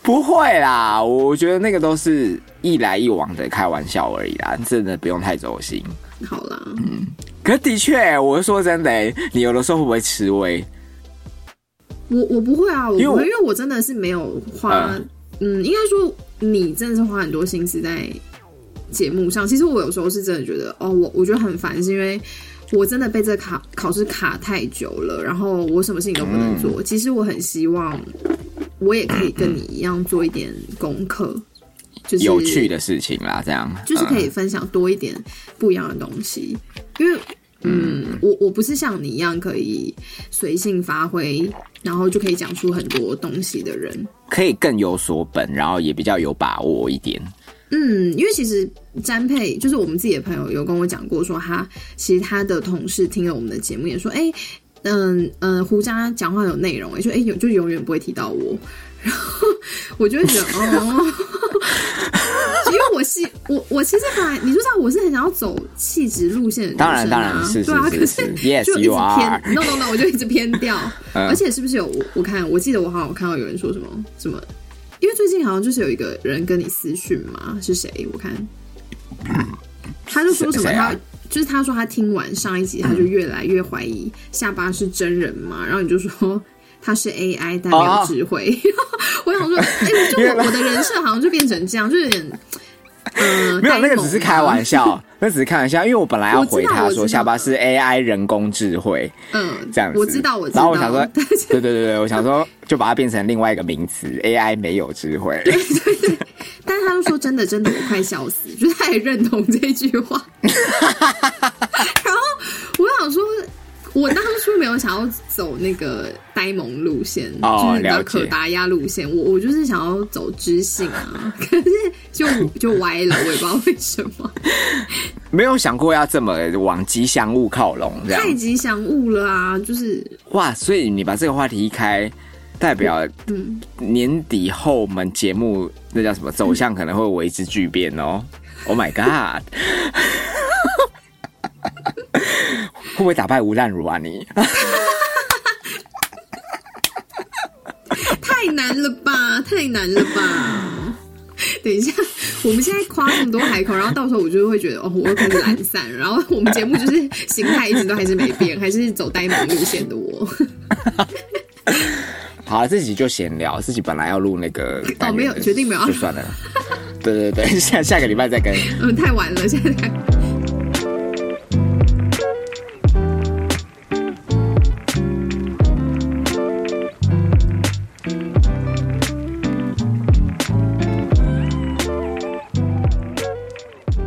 Speaker 1: 不会啦，我觉得那个都是一来一往的开玩笑而已啦，真的不用太走心。
Speaker 2: 好啦，
Speaker 1: 可的确，我是说真的、你有的时候会不会吃味？
Speaker 2: 我我不会啊，我
Speaker 1: 因为
Speaker 2: 不
Speaker 1: 我啊
Speaker 2: 会，因为我真的是没有花，嗯，应该说你真的是花很多心思在节目上。其实我有时候是真的觉得，哦，我我觉得很烦，是因为。我真的被这卡考试卡太久了，然后我什么事情都不能
Speaker 1: 嗯
Speaker 2: 做。其实我很希望，我也可以跟你一样做一点功课，就是
Speaker 1: 有趣的事情啦，这样
Speaker 2: 就是可
Speaker 1: 嗯
Speaker 2: 以分享多一点不一样的东西，因为。嗯，我我不是像你一样可以随性发挥，然后就可以讲出很多东西的人。
Speaker 1: 可以更有所本，然后也比较有把握一点。
Speaker 2: 嗯，因为其实詹佩就是我们自己的朋友有跟我讲过，说他其实他的同事听了我们的节目呃也说，哎、嗯嗯，胡渣讲话有内容，也说哎、有就永远不会提到我， (laughs) 我就会觉得哦，因为我是我我其实本来你就知道我是很想要走气质路线的女生、
Speaker 1: 当
Speaker 2: 啊，
Speaker 1: 然当然是
Speaker 2: 对啊，
Speaker 1: 是是
Speaker 2: 可是
Speaker 1: 是 Yes,
Speaker 2: 就一直
Speaker 1: you are 嗯
Speaker 2: 偏 no no no，我就一直偏
Speaker 1: (laughs)
Speaker 2: 掉，而且是不是有我我看我记得我好像有看到有人说什么什么，因为最近好像就是有一个人跟你私讯嘛，是谁？我看他就说什
Speaker 1: 谁
Speaker 2: 么
Speaker 1: 谁啊
Speaker 2: 他。就是他说他听完上一集，他就越来越怀疑下巴是真人嘛，然后你就说他是 AI 但没有智慧，
Speaker 1: 啊
Speaker 2: (laughs) 我想说，哎、就
Speaker 1: 原来
Speaker 2: 我我的人设好像就变成这样，就有点，呃，
Speaker 1: (laughs) 没有，那
Speaker 2: 呆
Speaker 1: 个
Speaker 2: 萌
Speaker 1: 只是
Speaker 2: 啊
Speaker 1: 开玩，笑，那只是开玩笑，因为我本来要回他
Speaker 2: 我知道我
Speaker 1: 说
Speaker 2: 知道
Speaker 1: 下巴是 AI 人工智慧
Speaker 2: 嗯，
Speaker 1: 这样子，
Speaker 2: 我知道，我知道。，
Speaker 1: 然后我想说
Speaker 2: (laughs)
Speaker 1: 对对对对，我想说就把它变成另外一个名词，AI 哎没有智慧。
Speaker 2: 但是他就说真的，真的，我快笑死， (laughs) 就是他也认同这句话。 (laughs) 然后我想说，我当初没有想要走那个呆萌路线，
Speaker 1: 哦
Speaker 2: 就是你知道
Speaker 1: 了解
Speaker 2: 可达鸭路线，我我就是想要走知性啊， (laughs) 可是就就歪了，我也不知道为什么，
Speaker 1: 没有想过要这么呃往吉祥物靠拢，这样
Speaker 2: 太吉祥物了啊，就是
Speaker 1: 哇！所以你把这个话题一开，代表
Speaker 2: 嗯
Speaker 1: 年底后我们节目那叫什么走向可能会为之巨变哦。Oh my god！会不会打败吴淡如啊你？
Speaker 2: 太难了吧，太难了吧。 (laughs) 等一下，我们现在夸这么多海口，然后到时候我就会觉得哦，我又开始懒散，然后我们节目就是形态一直都还是没变，还是走呆萌路线的我。 (laughs)
Speaker 1: 好了，自己就闲聊，自己本来要录那个单元
Speaker 2: 哦没有决定没有
Speaker 1: 就算了。对对对，下下个礼拜再跟。
Speaker 2: 嗯，太晚了，现在太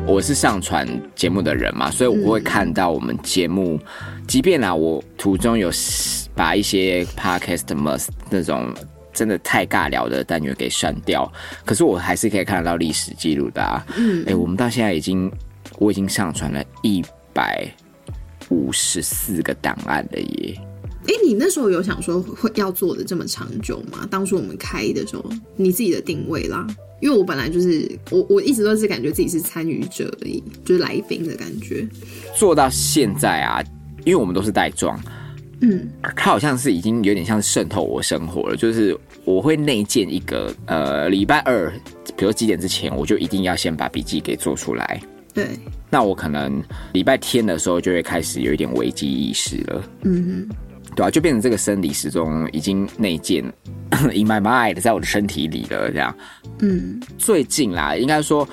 Speaker 1: 我是上传节目的人嘛，所以我会看到我们节目，即便啊，我途中有把一些 podcast must 那种真的太尬聊的单元给删掉，可是我还是可以看得到历史记录的啊。嗯，哎、我们到现在已经，我已经上传了一百五十四个档案了耶。
Speaker 2: 哎、你那时候有想说会要做的这么长久吗？当初我们开的时候，你自己的定位啦，因为我本来就是我，我一直都是感觉自己是参与者而已，就是来宾的感觉。
Speaker 1: 做到现在啊，因为我们都是带妆，
Speaker 2: 嗯，
Speaker 1: 它好像是已经有点像是渗透我生活了，就是我会内建一个呃，礼拜二，比如几点之前，我就一定要先把笔记给做出来。
Speaker 2: 对，
Speaker 1: 那我可能礼拜天的时候就会开始有一点危机意识了，
Speaker 2: 嗯哼，
Speaker 1: 对啊，就变成这个生理时钟已经内建 (coughs) in my mind，在我的身体里了，这样。
Speaker 2: 嗯。
Speaker 1: 最近啦，应该说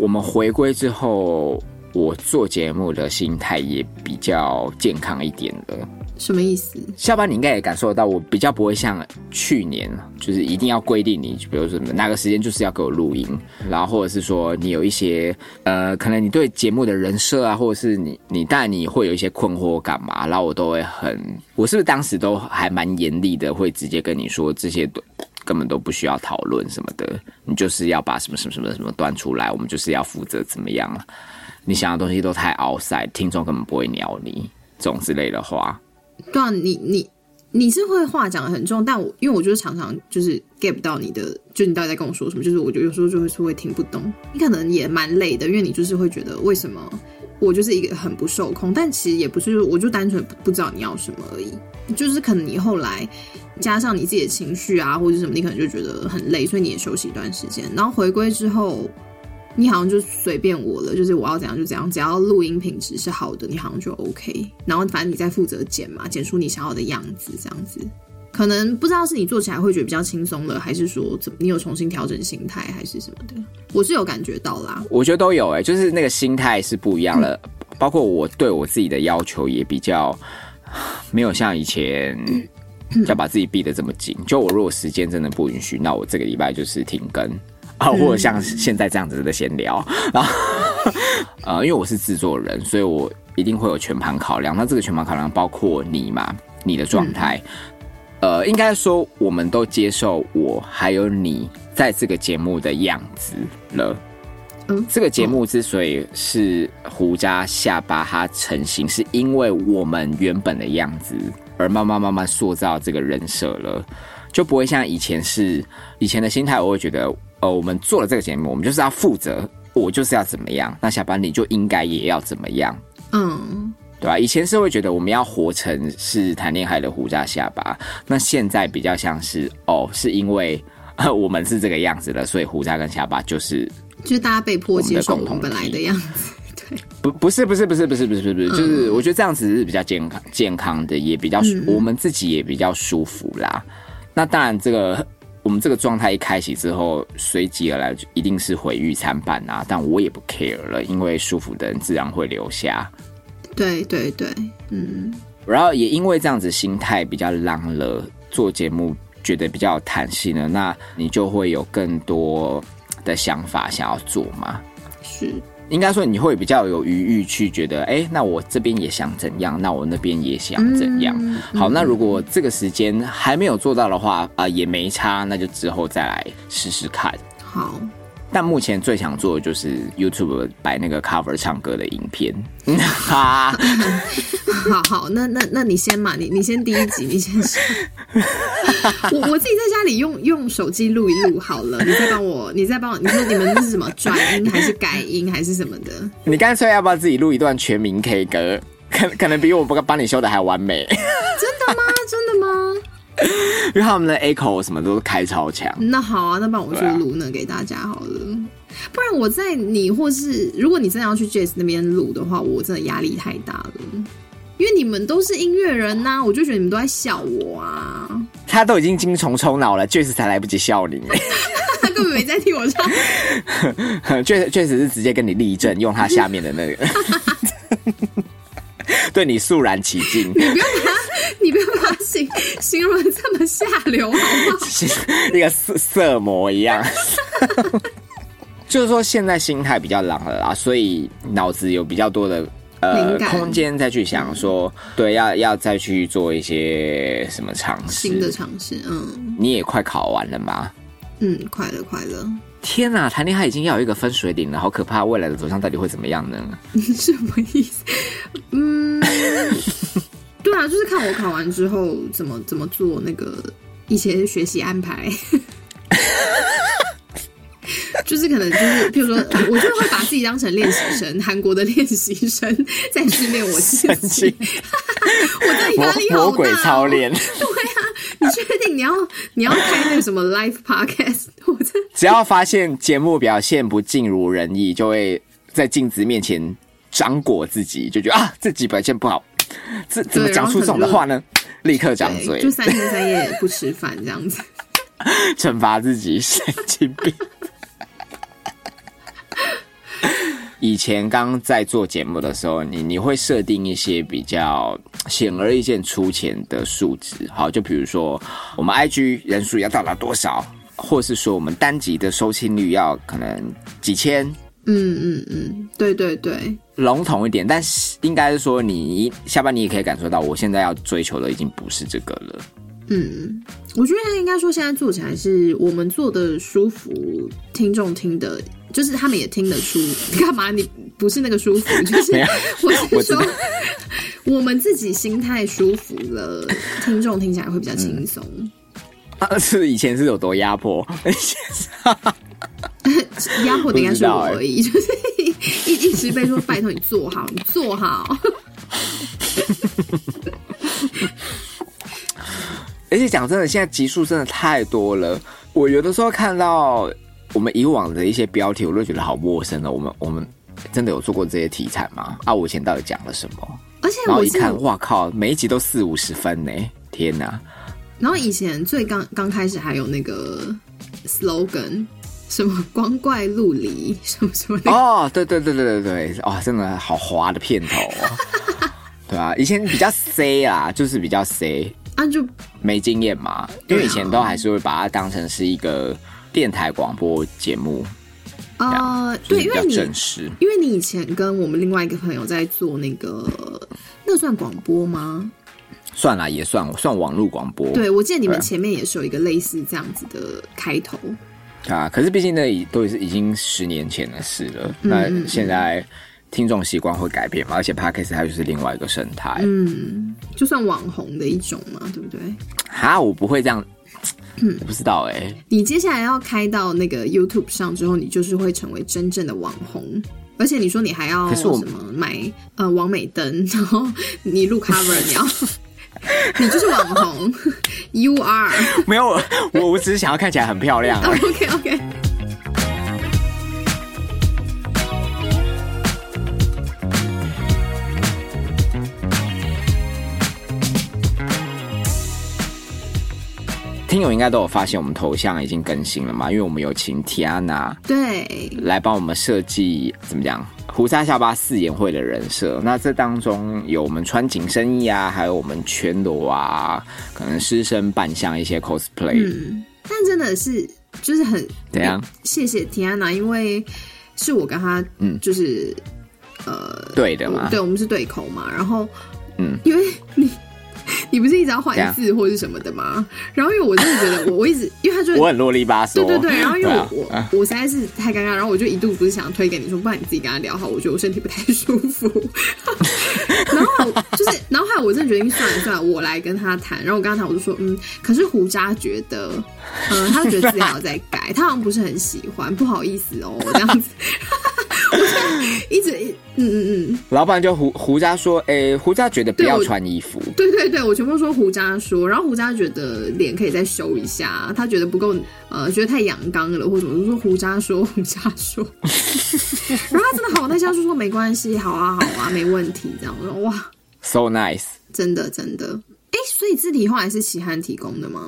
Speaker 1: 我们回归之后，我做节目的心态也比较健康一点了。
Speaker 2: 什么意思？
Speaker 1: 下班你应该也感受到，我比较不会像去年，就是一定要规定你，比如说什么哪个时间就是要给我录音，然后或者是说你有一些呃，可能你对节目的人设啊，或者是你你但你会有一些困惑感嘛，然后我都会很，我是不是当时都还蛮严厉的，会直接跟你说这些都根本都不需要讨论什么的，你就是要把什么什么什么什么端出来，我们就是要负责怎么样，你想的东西都太 outside，听众根本不会鸟你，这种之类的话。
Speaker 2: 对啊，你你你是会话讲的很重，但我因为我就是常常就是 get 不到你的，就你到底在跟我说什么，就是我就有时候就会是会听不懂。你可能也蛮累的，因为你就是会觉得为什么我就是一个很不受控，但其实也不是，我就单纯不不知道你要什么而已。就是可能你后来加上你自己的情绪啊，或者什么，你可能就觉得很累，所以你也休息一段时间，然后回归之后。你好像就随便我了，就是我要怎样就怎样，只要录音品质是好的，你好像就 OK。然后反正你在负责剪嘛，剪出你想要的样子，这样子。可能不知道是你做起来会觉得比较轻松了，还是说怎么你有重新调整心态，还是什么的？我是有感觉到啦。
Speaker 1: 我觉得都有哎、就是那个心态是不一样了。包括我对我自己的要求也比较没有像以前要把自己逼得这么紧。就我如果时间真的不允许，那我这个礼拜就是停更啊，或者像现在这样子的闲聊。 (laughs) 然后呃，因为我是制作人，所以我一定会有全盘考量。那这个全盘考量包括你嘛，你的状态。呃，应该说我们都接受我还有你在这个节目的样子了。
Speaker 2: 嗯
Speaker 1: 这个节目之所以是胡渣下巴它成型，是因为我们原本的样子而慢慢慢慢塑造这个人设了。就不会像以前是以前的心态，我会觉得，呃，我们做了这个节目，我们就是要负责，我就是要怎么样，那下班你就应该也要怎么样，
Speaker 2: 嗯，
Speaker 1: 对吧、以前是会觉得我们要活成是谈恋爱的胡渣下巴，那现在比较像是哦，是因为。 (laughs) 呃我们是这个样子的，所以胡渣跟下巴就是
Speaker 2: 就是大家被迫接受
Speaker 1: 我们
Speaker 2: 我
Speaker 1: 的共同
Speaker 2: 们本来的样子。
Speaker 1: 不不是不是不是不是不是不是，就是我觉得这样子是比较健康健康的，也比较舒我们自己也比较舒服啦。那当然，这个我们这个状态一开启之后，随即而来就一定是毁誉参半啊。但我也不 care 了，因为舒服的人自然会留下。
Speaker 2: 对对对，嗯，
Speaker 1: 然后也因为这样子心态比较浪了，做节目觉得比较有弹性了，那你就会有更多的想法想要做嘛。
Speaker 2: 是，
Speaker 1: 应该说你会比较有余裕去觉得，哎、那我这边也想怎样，那我那边也想怎样。
Speaker 2: 嗯
Speaker 1: 好，那如果这个时间还没有做到的话，啊、也没差，那就之后再来试试看。
Speaker 2: 好，
Speaker 1: 但目前最想做的就是 YouTube 摆那个 cover 唱歌的影片， (laughs) 哈，
Speaker 2: 好好，那那那你先嘛，你你先第一集，你先 (laughs) 说。我我自己在家里用用手机录一录好了，你再帮我，你再帮我，你说你们这是什么转音还是改音还是什么的？
Speaker 1: 你干脆要不要自己录一段全民 K 歌？可可能比我帮帮你修的还完美， (laughs)
Speaker 2: 真的吗？真的吗？
Speaker 1: 因为他们的 echo 什么都开超强。
Speaker 2: 那好啊，那帮我去
Speaker 1: 对啊
Speaker 2: 录那给大家好了。不然我在你或是如果你真的要去 Jazz 那边录的话，我真的压力太大了，因为你们都是音乐人呐、我就觉得你们都在笑我啊，
Speaker 1: 他都已经精虫充脑了，确实才来不及笑你。
Speaker 2: 他根本没在听我
Speaker 1: (laughs)
Speaker 2: 唱。
Speaker 1: 确确实是直接跟你立正，用他下面的那个， (laughs) 对你肃然起敬，
Speaker 2: 你不要把它形形容得这么下流好不好？
Speaker 1: 那个色色魔一
Speaker 2: (laughs)
Speaker 1: 样。就是说，现在心态比较朗了啦，所以脑子有比较多的呃
Speaker 2: 灵感嗯
Speaker 1: 空间再去想说，对，要要再去做一些什么尝
Speaker 2: 新的
Speaker 1: 试。
Speaker 2: 尝试，嗯
Speaker 1: 你也快考完了吗？
Speaker 2: 嗯，快乐快乐，
Speaker 1: 天呐、谈恋爱已经要有一个分水岭了，好可怕！未来的走向到底会怎么样呢？
Speaker 2: 什么意思？嗯，对啊，就是看我考完之后怎么怎么做那个一些学习安排。就是可能就是，譬如说，我就会把自己当成练习生，韩国的练习生在训练我自
Speaker 1: 神
Speaker 2: 己
Speaker 1: 经。
Speaker 2: (laughs) 我真的
Speaker 1: 魔
Speaker 2: 压力好大、哦。
Speaker 1: 魔鬼操练。
Speaker 2: (laughs) 啊你确定你要你要开那个什么 live podcast？我 (laughs) 真
Speaker 1: 只要发现节目表现不尽如人意，就会在镜子面前掌果自己，就觉得啊，自己表现不好，这怎么
Speaker 2: 对
Speaker 1: 讲出这种的话呢？立刻张
Speaker 2: 对，
Speaker 1: 嘴
Speaker 2: 就，三天三夜不吃饭这样子。 (laughs)
Speaker 1: 惩罚自己，神经病。 (laughs) 以前刚在做节目的时候，你你会设定一些比较显而易见、粗浅的数值，好，就比如说我们 IG 人数要到达多少，或是说我们单集的收听率要可能几千，
Speaker 2: 嗯嗯嗯，对对对，
Speaker 1: 笼统一点，但是应该是说你下班你也可以感受到，我现在要追求的已经不是这个了。
Speaker 2: 嗯，我觉得应该说现在做起来是我们做的舒服，听众听的，就是他们也听得出。干嘛？你不是那个舒服，就是
Speaker 1: 没有
Speaker 2: (laughs) 我
Speaker 1: 我
Speaker 2: 是
Speaker 1: 知
Speaker 2: 说
Speaker 1: 道。
Speaker 2: 我们自己心态舒服了，听众听起来会比较轻松。
Speaker 1: 啊，是以前是有多压迫， (laughs)
Speaker 2: 压迫的应该
Speaker 1: 不
Speaker 2: 是我
Speaker 1: 知道欸
Speaker 2: 而已，就是一一直被说拜托你做好，你做好。
Speaker 1: 而且讲真的，现在集数真的太多了。我有的时候看到我们以往的一些标题，我都觉得好陌生哦。我们我们真的有做过这些题材吗？啊，我以前到底讲了什么？
Speaker 2: 而且
Speaker 1: 然后
Speaker 2: 我
Speaker 1: 一
Speaker 2: 是，
Speaker 1: 看，哇靠，每一集都四五十分呢！天哪，
Speaker 2: 然后以前最刚刚开始还有那个 slogan，什么光怪陆离，什么什么的。
Speaker 1: 哦，对对对对对对，哦，真的好滑的片头、哦，对啊，以前比较 C 啊，就是比较 C，
Speaker 2: 啊就
Speaker 1: 没经验嘛，
Speaker 2: 啊
Speaker 1: 因为以前都还是会把它当成是一个电台广播节目，
Speaker 2: 呃，
Speaker 1: 就是
Speaker 2: 对，
Speaker 1: 比
Speaker 2: 因
Speaker 1: 较
Speaker 2: 为你
Speaker 1: 正式。
Speaker 2: 因为你以前跟我们另外一个朋友在做那个，那算广播吗？
Speaker 1: 算啦，也算算网络广播，
Speaker 2: 对，我记得你们
Speaker 1: 对啊
Speaker 2: 前面也是有一个类似这样子的开头。
Speaker 1: 啊。可是毕竟那已都是已经十年前的事了，
Speaker 2: 嗯
Speaker 1: 那现在听众习惯会改变嘛，而且 podcast 它就是另外
Speaker 2: 嗯
Speaker 1: 一个生态。
Speaker 2: 嗯，就算网红的一种嘛，对不对？
Speaker 1: 哈，我不会这样
Speaker 2: 嗯
Speaker 1: 我不知道哎、
Speaker 2: 你接下来要开到那个 YouTube 上之后，你就是会成为真正的网红。而且你说你还要
Speaker 1: 可是我
Speaker 2: 什么买呃王美灯，然后你录 cover，你要
Speaker 1: (laughs)
Speaker 2: 你就是网红，You are
Speaker 1: (laughs)
Speaker 2: (laughs)
Speaker 1: 没有，我我我只是想要看起来很漂亮而已。啊
Speaker 2: OK OK。
Speaker 1: 听友应该都有发现，我们头像已经更新了嘛？因为我们有请 Tiana
Speaker 2: 对，
Speaker 1: 来帮我们设计，怎么讲？胡沙下巴四眼会的人设，那这当中有我们穿紧身衣啊，还有我们全裸啊，可能师生扮相一些
Speaker 2: 嗯
Speaker 1: cosplay，、
Speaker 2: 但真的是就是很
Speaker 1: 怎样？
Speaker 2: 谢谢 Tiana，因为是我跟他
Speaker 1: 嗯
Speaker 2: 就是、呃
Speaker 1: 对的嘛？
Speaker 2: 对，我们是对口嘛。然后，
Speaker 1: 嗯，啊
Speaker 2: 因为你你不是一直要换
Speaker 1: 怎样
Speaker 2: 字或是什么的吗？然后因为我真的觉得我我一直，因为他就
Speaker 1: (laughs) 我很啰里吧嗦。
Speaker 2: 对对对，然后因为
Speaker 1: 啊
Speaker 2: 我、我我实在是太尴尬，然后我就一度不是想推给你说，不然你自己跟他聊好，我觉得我身体不太舒服。 (laughs) 然后我就是，然后后来我真的决定算了算了，我来跟他谈。然后我跟他谈，我就说，嗯，可是胡渣觉得，嗯、他觉得自己还要再改，他好像不是很喜欢，不好意思哦，这样子。 (laughs) 我现在一直，嗯嗯嗯，
Speaker 1: 老板就胡胡渣说，诶、胡渣觉得不
Speaker 2: 对
Speaker 1: 要
Speaker 2: 我
Speaker 1: 穿衣服，
Speaker 2: 对对对，我全部都说胡渣说，然后胡渣觉得脸可以再修一下，他觉得不够，呃，觉得太阳刚了或什么，我就说胡渣说， (laughs) 胡渣说，然后他真的好耐心地说说没关系，好啊好啊，没问题，这样我说哇，
Speaker 1: so nice。
Speaker 2: 真的真的，哎，所以字体后来是喜憨提供的吗？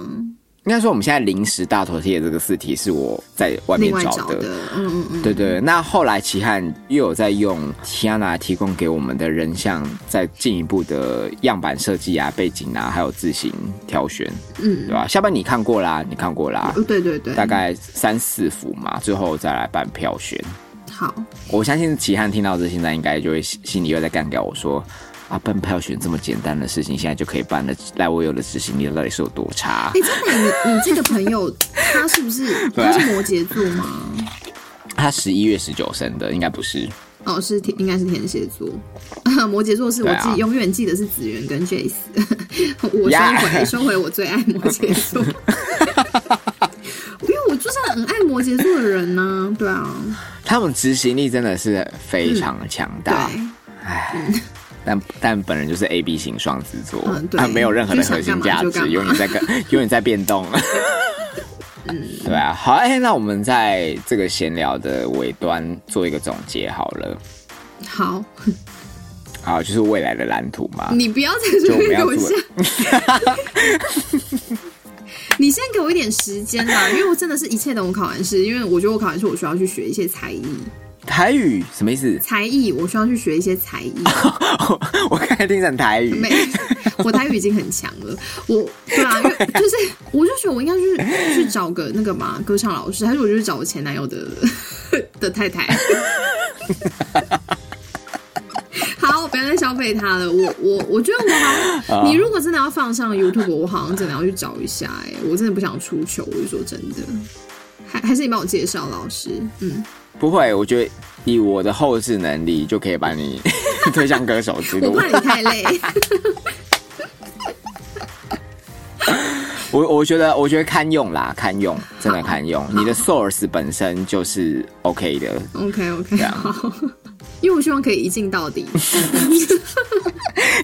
Speaker 1: 应该说我们现在临时大头贴的这个字体是我在外面
Speaker 2: 另外
Speaker 1: 找
Speaker 2: 找
Speaker 1: 的。
Speaker 2: 的，嗯嗯嗯，
Speaker 1: 对对，那后来齐汉又有在用 Tiana 提供给我们的人像，再进一步的样板设计啊、背景啊，还有字型挑选，嗯，对吧？下半你看过啦，你看过啦，
Speaker 2: 哦对对对，
Speaker 1: 大概三四幅嘛，最后再来办票选。
Speaker 2: 好，
Speaker 1: 我相信齐汉听到这，现在应该就会心心里又在干掉我说。啊，办票选这么简单的事情，现在就可以办了。赖我有的执行力到底是有多差？
Speaker 2: 哎，真的，你你这个朋友他是不是
Speaker 1: (laughs) 对啊
Speaker 2: 他是摩羯座吗？
Speaker 1: 他十一月十九生的，应该不是。
Speaker 2: 哦，是天，应该是天蝎座， (laughs) 摩羯座是我
Speaker 1: 对啊
Speaker 2: 自己永远记得是子源跟 Jace，我收
Speaker 1: 呀
Speaker 2: 回收回我最爱摩羯
Speaker 1: (laughs)
Speaker 2: 座，因为我就是很爱摩羯座的人呢、对啊，
Speaker 1: 他们执行力真的是非常强
Speaker 2: 对，
Speaker 1: 大，唉，但但本人就是 A B 型双子座，
Speaker 2: 嗯对
Speaker 1: 他没有任何的核心价
Speaker 2: 就想干嘛就
Speaker 1: 值，
Speaker 2: 干嘛
Speaker 1: 永远在跟 (laughs) 永远在变动。
Speaker 2: 嗯
Speaker 1: 对啊，好，哎、那我们在这个闲聊的尾端做一个总结好了，
Speaker 2: 好，
Speaker 1: 好，就是未来的蓝图嘛，
Speaker 2: 你不要在
Speaker 1: 就
Speaker 2: 这
Speaker 1: 我们
Speaker 2: 边给
Speaker 1: 要
Speaker 2: 我
Speaker 1: 做
Speaker 2: 下， (laughs) 你先给我一点时间啦，因为我真的是一切等我考完试，因为我觉得我考完试我需要去学一些才艺，
Speaker 1: 台语什么意思？ (laughs)
Speaker 2: 才艺我需要去学一些才艺。
Speaker 1: 我刚才听成台语
Speaker 2: 没， (laughs) 我台语已经很强了。我 (laughs) 对啊，因为就是我就觉得我应该去去找个那个嘛歌唱老师，还是我就去找我前男友的的太太。 (laughs) 好，不要再消费他了。我我我觉得我 (laughs) 好像，你如果真的要放上 YouTube，我好像真的要去找一下、哎，我真的不想出糗，我就说真的。还还是你帮我介绍老师，嗯，
Speaker 1: 不会，我觉得以我的后置能力就可以把你 (laughs) 推向歌手之
Speaker 2: (laughs) 我
Speaker 1: 路
Speaker 2: 怕。你太累。
Speaker 1: 我我觉得，我觉得堪用啦，堪用，真的堪用。你的 source 本身就是 OK 的，
Speaker 2: OK OK，
Speaker 1: 这样
Speaker 2: 好， (laughs) 因为我希望可以一镜到底。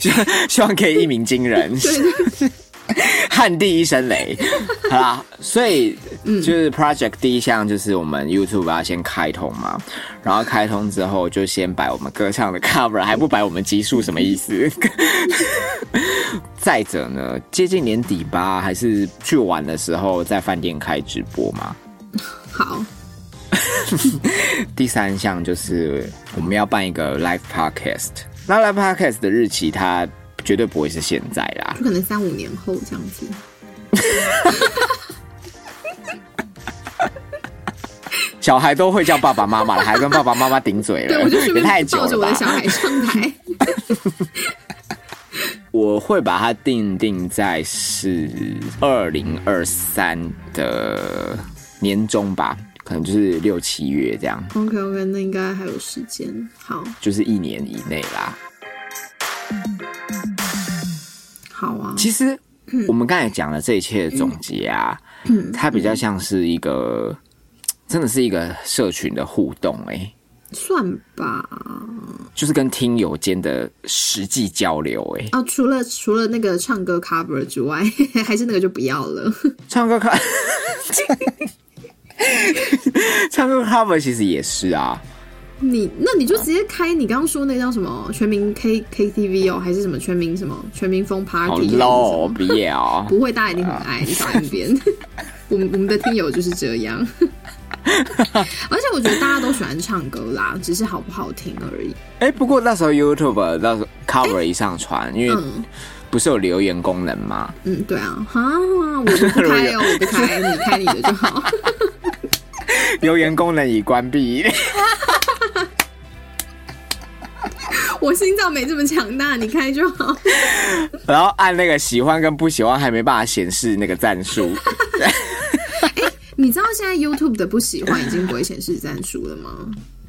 Speaker 1: 希望希望可以一鸣惊人，旱地一声雷，好啦。所以就是 project 第一项就是我们 YouTube 要先开通嘛，然后开通之后就先摆我们歌唱的 cover，还不摆我们集数，什么意思？ (laughs) 再者呢，接近年底吧，还是去玩的时候在饭店开直播嘛。
Speaker 2: 好，
Speaker 1: 第三项就是我们要办一个 live podcast。那 live podcast 的日期它绝对不会是现在啦，
Speaker 2: 就可能三五年后这样子。
Speaker 1: 小孩都会叫爸爸妈妈了，还跟爸爸妈妈顶嘴
Speaker 2: 对，
Speaker 1: 了
Speaker 2: 我就，顺
Speaker 1: 也太
Speaker 2: 便
Speaker 1: 久
Speaker 2: 抱着
Speaker 1: 了
Speaker 2: 我的
Speaker 1: 吧
Speaker 2: 小？孩上 (laughs) 台。
Speaker 1: 我会把它定定在是二零二三的年中吧，可能就是六七月这样，
Speaker 2: OK OK，那应该还有时间。好，
Speaker 1: 就是一年以内啦。
Speaker 2: 好啊。
Speaker 1: 其实我们刚才讲的这一切的总结啊，它比较像是一个，真的是一个社群的互动、欸，哎，
Speaker 2: 算吧。
Speaker 1: 就是跟听友间的实际交流、欸，哎，
Speaker 2: 哦，除了除了那个唱歌 cover 之外， (laughs) 还是那个就不要了。 (laughs)
Speaker 1: 唱歌 cover，唱歌 cover 其实也是啊，
Speaker 2: 你那你就直接开你刚刚说那叫什么全民 K K T V 哦，还是什么全民什么全民风
Speaker 1: 好哦啊
Speaker 2: party？
Speaker 1: low，不要。
Speaker 2: 不会，大家一定很爱，你放在那边。 (laughs) 我们我们的听友就是这样， (laughs) 而且我觉得大家都喜欢唱歌啦，只是好不好听而已。
Speaker 1: 哎、不过那时候 YouTube 那时候 cover 一上传，因为
Speaker 2: 嗯
Speaker 1: 不是有留言功能吗？
Speaker 2: 嗯，对啊，哈，我不开哦，我不开，你开你的就好。
Speaker 1: 留言功能已关闭。
Speaker 2: (laughs)
Speaker 1: (laughs)
Speaker 2: 我心脏没这么强大，你开就好。
Speaker 1: 然后按那个喜欢跟不喜欢还没办法显示那个赞
Speaker 2: (laughs)
Speaker 1: 数，
Speaker 2: 你知道现在 YouTube 的不喜欢已经不会显示赞数了吗？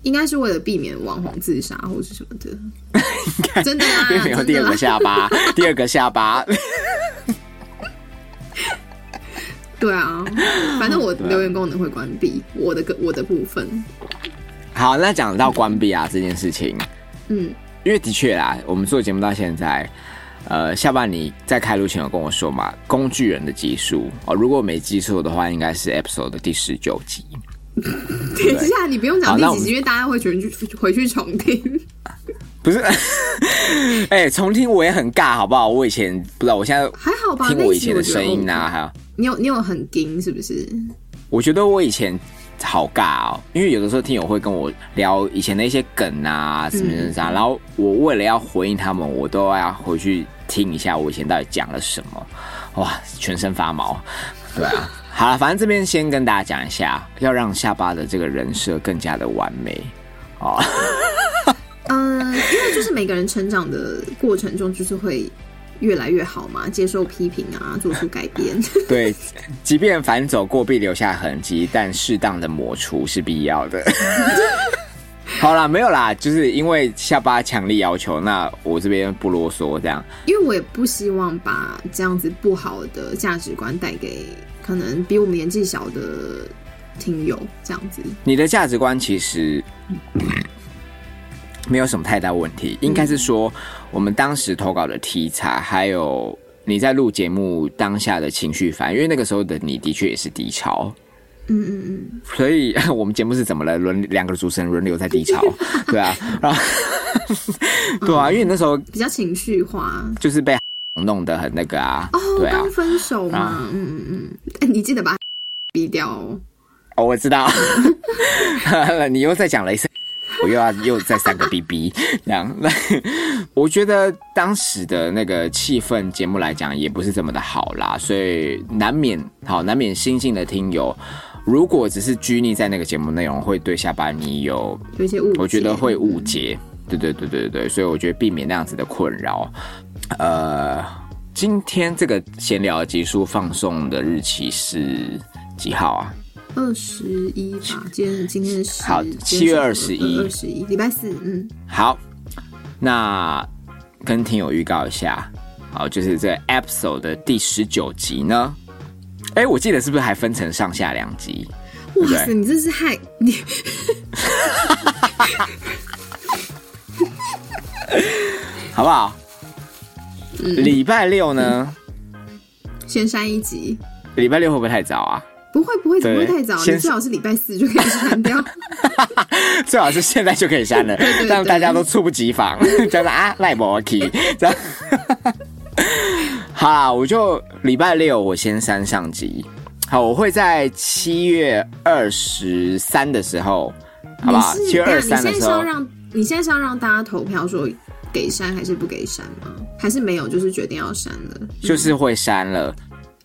Speaker 2: 应该是为了避免网红自杀或是什么的。 (laughs) 真的啊，
Speaker 1: 变成有
Speaker 2: 真
Speaker 1: 第
Speaker 2: 的
Speaker 1: 二
Speaker 2: 啦
Speaker 1: 个下巴，第二个下巴。
Speaker 2: 对啊，反正我留言功能会关闭我的个我的部分。
Speaker 1: 好，那讲到关闭啊这件事情，
Speaker 2: 嗯，
Speaker 1: 因为的确啦，我们做节目到现在，呃，下半你在开录前有跟我说嘛，工具人的集数哦，如果没记错的话，应该是 episode 的第十九集。
Speaker 2: 等一下，你不用讲
Speaker 1: 好
Speaker 2: 第
Speaker 1: 那我
Speaker 2: 几
Speaker 1: 们
Speaker 2: 集，因为大家会全去回去重听。
Speaker 1: 不是，哎、重听我也很尬，好不好？我以前不知道，我现在
Speaker 2: 还好吧？
Speaker 1: 听
Speaker 2: 那
Speaker 1: 我
Speaker 2: 一
Speaker 1: 以
Speaker 2: 集
Speaker 1: 前
Speaker 2: 我
Speaker 1: 的
Speaker 2: 觉得
Speaker 1: 声音
Speaker 2: OK
Speaker 1: 啊，还有
Speaker 2: 你有你有很惊是不是？
Speaker 1: 我觉得我以前好尬哦，因为有的时候听友会跟我聊以前的一些梗啊，什么什么啥，然后我为了要回应他们，我都要回去听一下我以前到底讲了什么，哇，全身发毛， (laughs) 对啊。好了，反正这边先跟大家讲一下，要让下巴的这个人设更加的完美哦。
Speaker 2: 嗯，因为就是每个人成长的过程中，就是会越来越好嘛， (laughs) 接受批评啊，做出改变。 (laughs)
Speaker 1: (laughs) 对，即便反走过必留下痕迹，但适当的抹除是必要的。 (laughs) 好啦，没有啦，就是因为下巴强力要求，那我这边不啰嗦，这样
Speaker 2: 因为我也不希望把这样子不好的价值观带给可能比我们年纪小的听友，这样子。
Speaker 1: 你的价值观其实没有什么太大问题，应该是说我们当时投稿的题材，还有你在录节目当下的情绪反应，因为那个时候的你的确也是低潮。
Speaker 2: 嗯嗯嗯，
Speaker 1: 所以 (laughs) 我们节目是怎么了？轮两个主持人轮流在低
Speaker 2: (laughs)
Speaker 1: 潮，对啊，然后 (laughs) 对
Speaker 2: 哦
Speaker 1: 啊，因为你那时候
Speaker 2: 比较情绪化。
Speaker 1: 就是被 (laughs) 弄得很那个啊，
Speaker 2: 哦，
Speaker 1: 对啊
Speaker 2: 刚、，分手嘛
Speaker 1: 啊，
Speaker 2: 嗯嗯嗯，哎、你记得把逼掉哦。
Speaker 1: 哦，我知道， (laughs) 你又再讲了一次，我又要又再三个 BB，这 (laughs) 样，那我觉得当时的那个气氛，节目来讲也不是这么的好啦，所以难免好难免新进的听友。如果只是拘泥在那个节目内容，会对下巴你有
Speaker 2: 有一些误解，
Speaker 1: 我觉得会误解。对对对对对，所以我觉得避免那样子的困扰。呃，今天这个闲聊的集数放送的日期是几号啊？
Speaker 2: 二十一吧，今天今天是
Speaker 1: 好7月21
Speaker 2: 二十一，礼拜四，嗯，
Speaker 1: 好，那跟听友预告一下，好，就是这个 episode 的第十九集呢。哎，我记得是不是还分成上下两集？
Speaker 2: 哇
Speaker 1: 对
Speaker 2: 塞，你真是害你，
Speaker 1: 好不好？礼拜六呢？
Speaker 2: 先删一集，
Speaker 1: 礼拜六会不会太早啊？
Speaker 2: 不会不会，怎么会
Speaker 1: 对
Speaker 2: 太早？
Speaker 1: 先
Speaker 2: 你最好是礼拜四就可以删掉。
Speaker 1: (laughs) 最好是现在就可以删了，
Speaker 2: 对对
Speaker 1: 让大家都猝不及
Speaker 2: (laughs)
Speaker 1: 防，这样子啊，赖博 k 这样。 (laughs) 好啦，我就礼拜六我先删上集，好，我会在七月二十三的时候， (laughs) 好不好？
Speaker 2: 你是
Speaker 1: 七月
Speaker 2: 等
Speaker 1: 二
Speaker 2: 一
Speaker 1: 十
Speaker 2: 下
Speaker 1: 三的
Speaker 2: 你现
Speaker 1: 时
Speaker 2: 在是要
Speaker 1: 候，
Speaker 2: 让你现在是要让大家投票说给删还是不给删吗？还是没有，就是决定要删了？
Speaker 1: 就是会删了。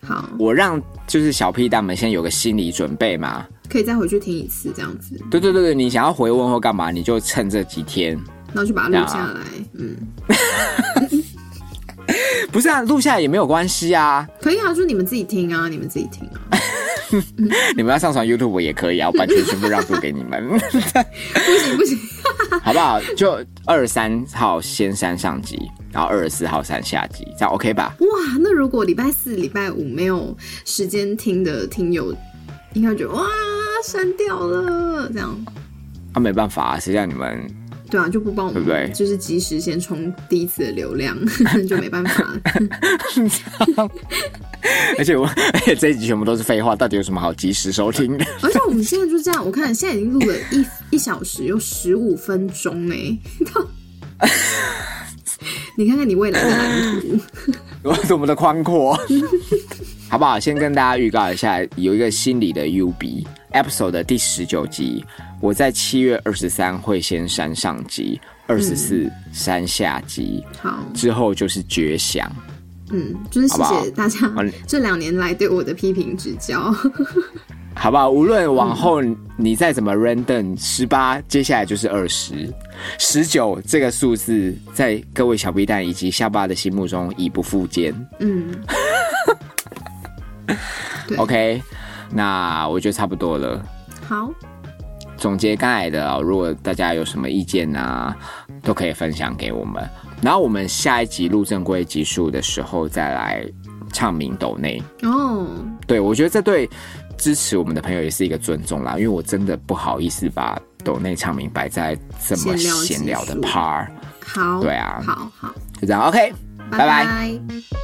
Speaker 2: 好，
Speaker 1: 我让就是小屁蛋们先有个心理准备嘛。
Speaker 2: 可以再回去听一次这样子，
Speaker 1: 对对对对，你想要回问或干嘛，你就趁这几天。
Speaker 2: 然后就把它录下来。嗯，
Speaker 1: 不是啊，录下来也没有关系啊。
Speaker 2: 可以啊，就你们自己听啊，你们自己听啊。 (coughs)
Speaker 1: 你们要上传 YouTube 也可以啊，我版权全部让渡给你们，
Speaker 2: 不行不行，
Speaker 1: 好不好？就二三号先删上集，然后二十四号删下集，这样 OK 吧？
Speaker 2: 哇，那如果礼拜四、礼拜五没有时间听的听友，应该觉得哇删掉了这样，
Speaker 1: 啊，没办法、啊，谁让你们 (laughs)
Speaker 2: 对啊，就不帮我
Speaker 1: 对
Speaker 2: 们，
Speaker 1: 不对
Speaker 2: 就是及时先冲第一次的流量， (laughs) 就没办法了。
Speaker 1: 而且我， (laughs) 而且这一集全部都是废话，到底有什么好及时收听 (laughs) 的？
Speaker 2: 而且我们现在就这样，我看现在已经录了一一小时又十五分钟哎，到 (laughs) 你看看你未来的蓝图，
Speaker 1: 我多么的宽阔， (laughs) 好不好？先跟大家预告一下，有一个心理的 UB episode 的第十九集，我在七月二十三会先删上集，二十四删下集，
Speaker 2: 好，
Speaker 1: 之后就是绝响。
Speaker 2: 嗯，就是谢
Speaker 1: 好不好
Speaker 2: 谢大家
Speaker 1: 好
Speaker 2: 这两年来对我的批评指教。 (laughs)
Speaker 1: 好不好？无论往后你再怎么 random，十八接下来就是二十，十九这个数字在各位小 B 蛋以及下巴的心目中已不复见。
Speaker 2: 嗯，对
Speaker 1: OK，那我觉得差不多了。
Speaker 2: 好，
Speaker 1: 总结刚才的、哦，如果大家有什么意见啊，都可以分享给我们。然后我们下一集录正规集数的时候再来唱名斗内。
Speaker 2: 哦，
Speaker 1: 对我觉得这对支持我们的朋友也是一个尊重啦，因为我真的不好意思把斗内唱名摆在这么
Speaker 2: 闲聊集数
Speaker 1: 闲聊的 part。
Speaker 2: 好，
Speaker 1: 对啊
Speaker 2: 好好，
Speaker 1: 就这样，OK，拜拜
Speaker 2: 拜